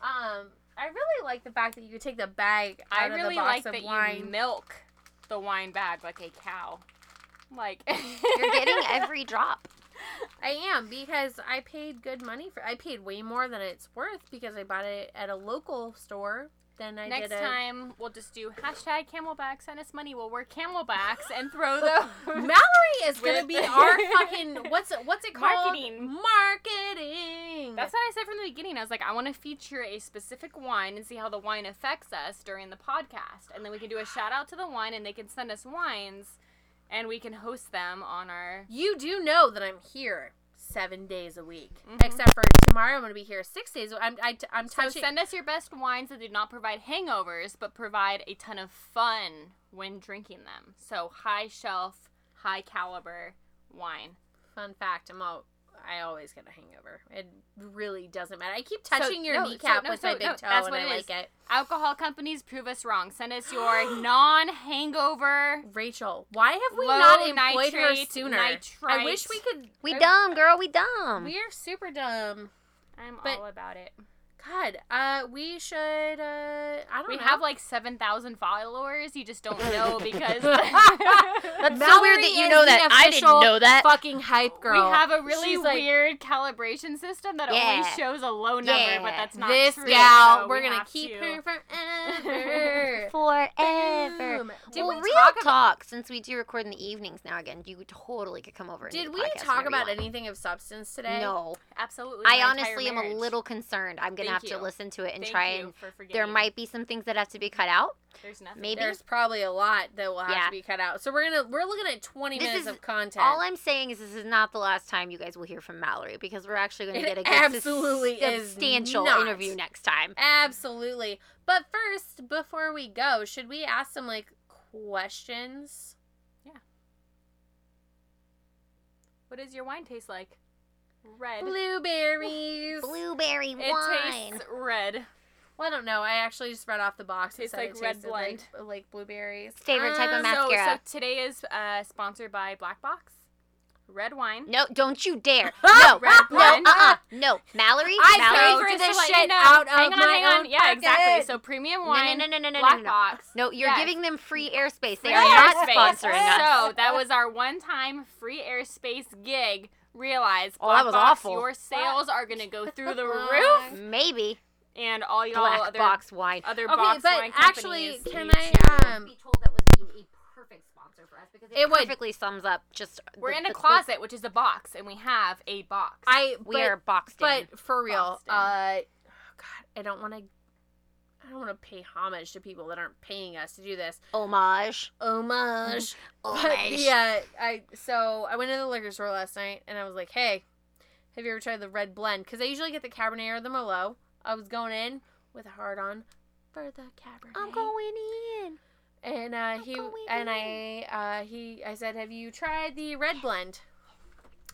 B: Um, I really like the fact that you could take the bag out
C: I
B: of
C: really
B: the box
C: like
B: of
C: that
B: wine.
C: you milk the wine bag like a cow. I'm Like
A: You're getting every drop.
B: I am because I paid good money for. I paid way more than it's worth because I bought it at a local store than I
C: Next
B: did. at-
C: time we'll just do hashtag Camelback. Send us money. We'll wear Camelbacks and throw those.
B: Mallory is gonna
C: With-
B: be our fucking what's it, what's it called?
C: Marketing.
B: Marketing.
C: That's what I said from the beginning. I was like, I want to feature a specific wine and see how the wine affects us during the podcast. And then we can do a shout out to the wine and they can send us wines and we can host them on our.
B: you do know that I'm here seven days a week,
C: Mhm.
B: except for tomorrow. I'm gonna be here six days. I'm I, I'm
C: So
B: touching.
C: send us your best wines that do not provide hangovers, but provide a ton of fun when drinking them. So high shelf, high caliber wine.
B: Fun fact: I'm all. I always get a hangover. It really doesn't matter. I keep touching your
C: no, so-
B: kneecap
C: no,
B: with
C: so-
B: my big
C: no,
B: toe,
C: that's
B: and
C: what
B: I
C: it
B: like
C: is.
B: it.
C: Alcohol companies prove us wrong. Send us your non hangover.
B: Rachel, why have we
C: Low
B: not employed her
C: nitrate,
B: sooner? I
C: nitrite.
B: wish we could.
A: We
B: I-
A: dumb, girl. We dumb.
B: We are super dumb.
C: I'm
B: But-
C: all about it.
B: God, uh, we should. Uh, I don't
C: We
B: know.
C: have like 7,000 followers. You just don't know because
A: That's so
B: Mallory
A: weird that you
B: is
A: know
B: the
A: that. I didn't
B: official
A: know that.
B: fucking hype girl.
C: we have a really
B: She's like,
C: weird calibration system that
A: Yeah.
C: always shows a low number,
A: Yeah.
C: but that's not
B: this
C: true.
B: gal.
C: so
B: we're
C: we
B: gonna
C: have
B: keep
C: to-
B: her forever.
A: Forever.
B: Boom. Did
A: Well,
B: we
A: real
B: talk about?
A: talk, since we do record in the evenings now again, you totally could come over. and do
B: Did
A: the
B: we
A: podcast
B: talk
A: whenever you
B: about
A: want.
B: anything of substance today?
A: No,
C: Absolutely.
A: I
C: my entire
A: honestly am a
C: marriage.
A: little concerned. I'm gonna
C: Thank
A: have
C: you.
A: to listen to it and
C: Thank
A: try
C: you
A: and.
C: for forgetting.
A: There might be some things that have to be cut out.
C: There's nothing.
A: maybe-
B: There's probably a lot that will have
A: Yeah.
B: to be cut out. So we're gonna we're looking at 20
A: This
B: minutes
A: is
B: of content.
A: All I'm saying is this is not the last time you guys will hear from Mallory because we're actually going to
B: It
A: get a good
B: absolutely is
A: substantial
B: not.
A: interview next time.
B: Absolutely. But first, before we go, should we ask some like questions?
C: What does your wine taste like? Red.
B: Blueberries.
A: Blueberry
C: It
A: wine.
C: tastes red.
B: Well, I don't know. I actually just read off the box. It
C: Tastes
B: said
C: like
B: it
C: red
B: tasted like, like blueberries.
A: Favorite type of
B: Um,
A: mask-
C: So, so
A: Mascara.
C: today is uh, sponsored by Black Box, red wine.
A: No, don't you dare. No,
C: Red
A: no,
C: wine.
A: uh-uh. No, Mallory,
B: I
A: Mallory.
B: paid for
C: just to
B: this
C: let you
B: shit
C: know-
B: out of
C: hang on,
B: my
C: hang on.
B: own
C: yeah,
B: pocket.
C: exactly. So premium
A: No, no,
C: wine,
A: no, no, no, no,
C: Black
A: no, no.
C: Box.
A: No, you're
C: Yes.
A: giving them free airspace. They
C: Free
A: are not
C: airspace.
A: sponsoring us.
C: So that was our one-time free airspace gig. Realize,
A: Oh, that
C: Black
A: was
C: Box,
A: awful.
C: Your sales are gonna go through the roof,
A: Maybe
C: and all y'all
A: black
C: other
A: box wine.
C: other
B: Okay,
C: box
B: but
C: wine
B: actually,
C: companies
B: can
C: need
B: I,
C: to-
B: um,
E: be told that was being a perfect sponsor for us because
B: It would.
A: perfectly sums up just
C: We're
A: the-
C: in a
A: the-
C: closet, which is a box, and we have a box.
B: I
A: We
B: but-
A: are boxed in.
B: But for real,
C: Boston.
B: uh, oh God, I don't want to. I don't want to pay homage to people that aren't paying us to do this.
A: homage. Mm,
B: Homage. But
A: Homage.
B: yeah, I so I went to the liquor store last night and I was like, "Hey, have you ever tried the red blend? Because I usually get the Cabernet or the Merlot. I was going in with a hard on for the Cabernet.
A: I'm going in.
B: And uh, he
A: going
B: and I uh, he I said, "Have you tried the red blend?"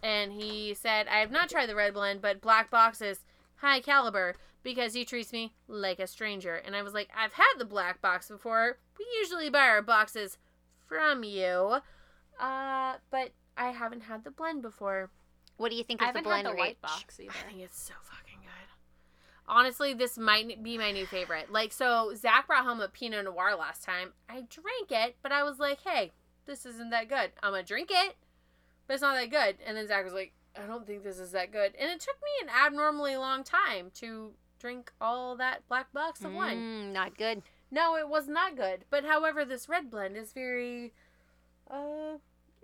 B: And he said, "I have not tried the red blend, but Black Box is high caliber because he treats me like a stranger." And I was like, "I've had the Black Box before. We usually buy our boxes from you, uh, but I haven't had the blend before.
A: What do you think
C: I
A: of the
C: haven't
A: blend
C: had the
A: reach?
C: white box either.
B: I think it's so fucking good." Honestly, this might be my new favorite. Like, so Zach brought home a Pinot Noir last time. I drank it, but I was like, hey, this isn't that good. I'm gonna drink it, but it's not that good. And then Zach was like, I don't think this is that good. And it took me an abnormally long time to drink all that black box of wine.
A: Mm, not good.
B: No, it was not good. But however, this red blend is very. Uh,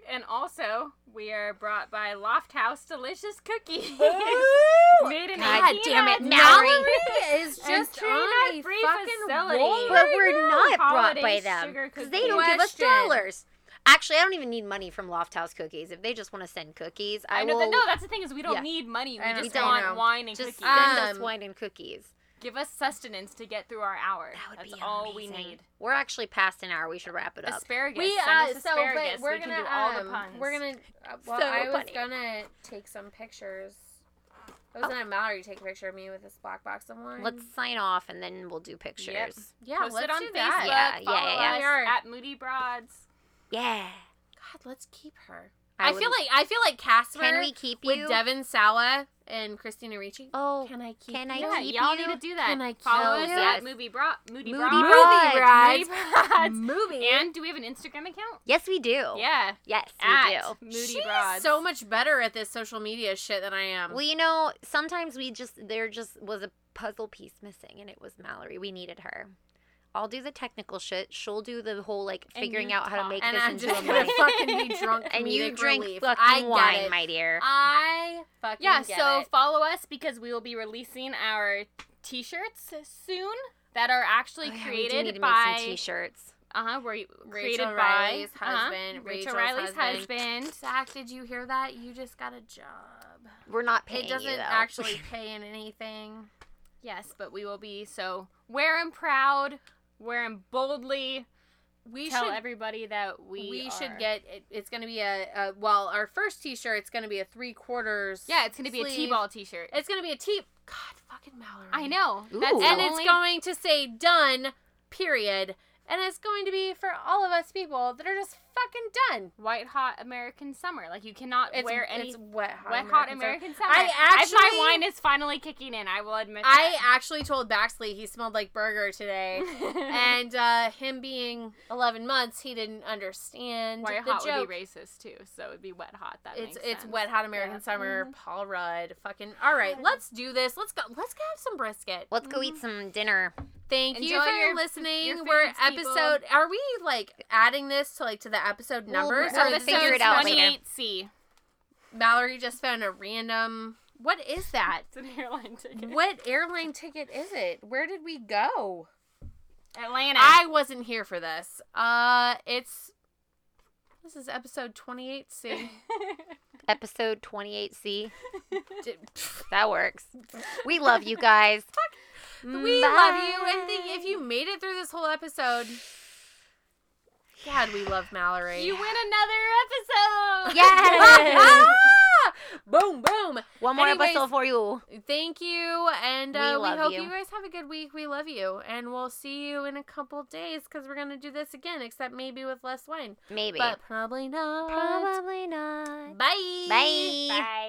C: And also, we are brought by Loft House Delicious Cookies. Made in
A: God
C: Argentina.
A: damn it, Mallory.
B: Mallory is
C: And
B: just
C: tree
B: on
C: nut
B: a
C: free
B: fucking
C: facility.
B: roll.
A: But
C: There
A: we're
C: you go.
A: not brought
C: Holiday
A: by them
C: sugar
A: because they
C: cookie.
A: don't give us
B: Question.
A: dollars. Actually, I don't even need money from Loft House Cookies. If they just want to send cookies, I,
C: I know
A: will
C: that, no, that's the thing is we don't
A: Yeah.
C: need money.
B: I
C: We just
A: don't
C: want
B: know.
C: wine and
A: just
C: cookies.
A: send us
B: Um,
A: wine and cookies.
C: Give us sustenance to get through our hour.
A: That would
C: That's
A: be
C: all we
A: amazing.
C: need.
A: We're actually past an hour. We should wrap it up.
C: Asparagus.
B: We uh,
C: Send us
B: so
C: asparagus.
B: but we're
C: we
B: gonna
C: can do all
B: um,
C: the puns.
B: we're gonna uh, well
A: So
B: I was
A: funny.
B: gonna take some pictures. I was gonna have Mallory take a picture of me with this black box of wine.
A: Let's sign off and then we'll do pictures.
B: yeah,
C: Post
B: let's
C: it on
B: do
C: Facebook.
B: that.
A: Yeah, yeah,
C: follow
A: yeah,
B: yeah.
C: us at Moody Broads.
A: Yeah.
B: God, let's keep her.
A: I
B: I,
A: would-
B: feel like I feel like Casper
A: Can we keep
B: with
A: you?
B: Devin Sawa and Christina Ricci.
A: oh,
B: can I keep?
A: can I
B: you?
C: Yeah,
A: keep
C: y'all
A: you?
C: need to do that.
B: Can I
C: Follow
A: keep
C: us
A: you? Yes.
C: at Moody Bra- Moody,
A: Moody
C: Broads.
B: Movie rides.
C: Moody Broads.
B: Movie.
C: And do we have an Instagram account?
A: Yes, we do.
C: Yeah.
A: Yes, Oh, we
C: At
A: do.
C: Moody
B: She's
C: Broads.
B: so much better at this social media shit than I am.
A: Well, you know, sometimes we just there just was a puzzle piece missing, and it was Mallory. We needed her. I'll do the technical shit. She'll do the whole like
C: And
A: figuring
C: you
A: out how to
C: talk.
A: make
B: and
A: this
B: I'm
A: into
B: just
A: a
B: gonna
A: money.
B: fucking be drunk.
A: and you
B: comedic
A: drink
B: relief. I
A: fucking
B: get
A: wine,
B: it.
A: my dear.
B: I fucking
C: yeah,
B: get
C: so
B: it.
C: follow us because we will be releasing our t shirts soon that are actually
A: Oh, yeah, we do
C: created
A: need to
C: by
A: make some t-shirts.
C: Uh-huh. Were you- created
B: Rachel
C: by
B: Riley's
C: uh-huh,
B: husband, Rachel's
C: Rachel Riley's
B: husband.
C: husband.
B: Zach, did you hear that? You just got a job.
A: We're not paying
B: It doesn't
A: you, though.
B: actually pay in anything.
C: Yes, but we will be so wearing proud, wearing boldly.
B: We
C: tell
B: should
C: everybody that we
B: we, should
C: are-
B: get it, it's going to be a, a well our first T-shirt. It's going to be a three quarters.
C: Yeah, it's gonna be
B: sleeve.
C: a T-ball T-shirt.
B: It's going to be a T. God, fucking Mallory.
C: I know.
A: Ooh.
C: That's
B: And
C: the
B: it's
C: only-
B: going to say done. Period. And it's going to be for all of us people that are just fucking done.
C: White hot American summer. Like you cannot
B: It's,
C: wear any
B: it's wet hot
C: wet
B: American
C: hot
B: summer.
C: American summer.
B: I actually-
C: my wine is finally kicking in. I will admit.
B: I
C: That.
B: actually told Baxley he smelled like burger today. and uh, him being 11 months, he didn't understand
C: white
B: the
C: hot
B: joke.
C: would be racist too, so it'd be wet hot. That
B: it's
C: makes
B: it's
C: sense.
B: wet hot American
C: Yeah. Mm-hmm.
B: summer. Paul Rudd, fucking all right. Let's do this. Let's go. Let's go have some brisket.
A: Let's go eat some dinner.
B: Thank you
C: Enjoy
B: for
C: your-
B: listening.
C: your
B: We're
C: foods, people.
B: episode. Are we like adding this to like to the episode
A: We'll-
B: numbers?
A: we'll
B: Episode
A: figure it out later.
C: 28C.
B: Mallory just found a random. What is that?
C: It's an airline ticket.
B: What airline ticket is it? Where did we go?
C: Atlanta.
B: I wasn't here for this. Uh, it's this is episode twenty eight. C.
A: Episode 28C. That works. We love you guys.
B: We love you, and think if you made it through this whole episode, God, we love Mallory.
C: you win another episode.
A: Yes.
B: boom, boom.
A: One more
B: Anyways,
A: episode for you.
B: Thank you, and
A: We
B: uh, we,
A: love
B: hope
A: you.
B: you. guys have a good week. We love you, and we'll see you in a couple days because we're gonna do this again, except maybe with less wine,
A: Maybe.
B: but probably not.
A: Probably not.
B: Bye.
A: Bye.
C: Bye.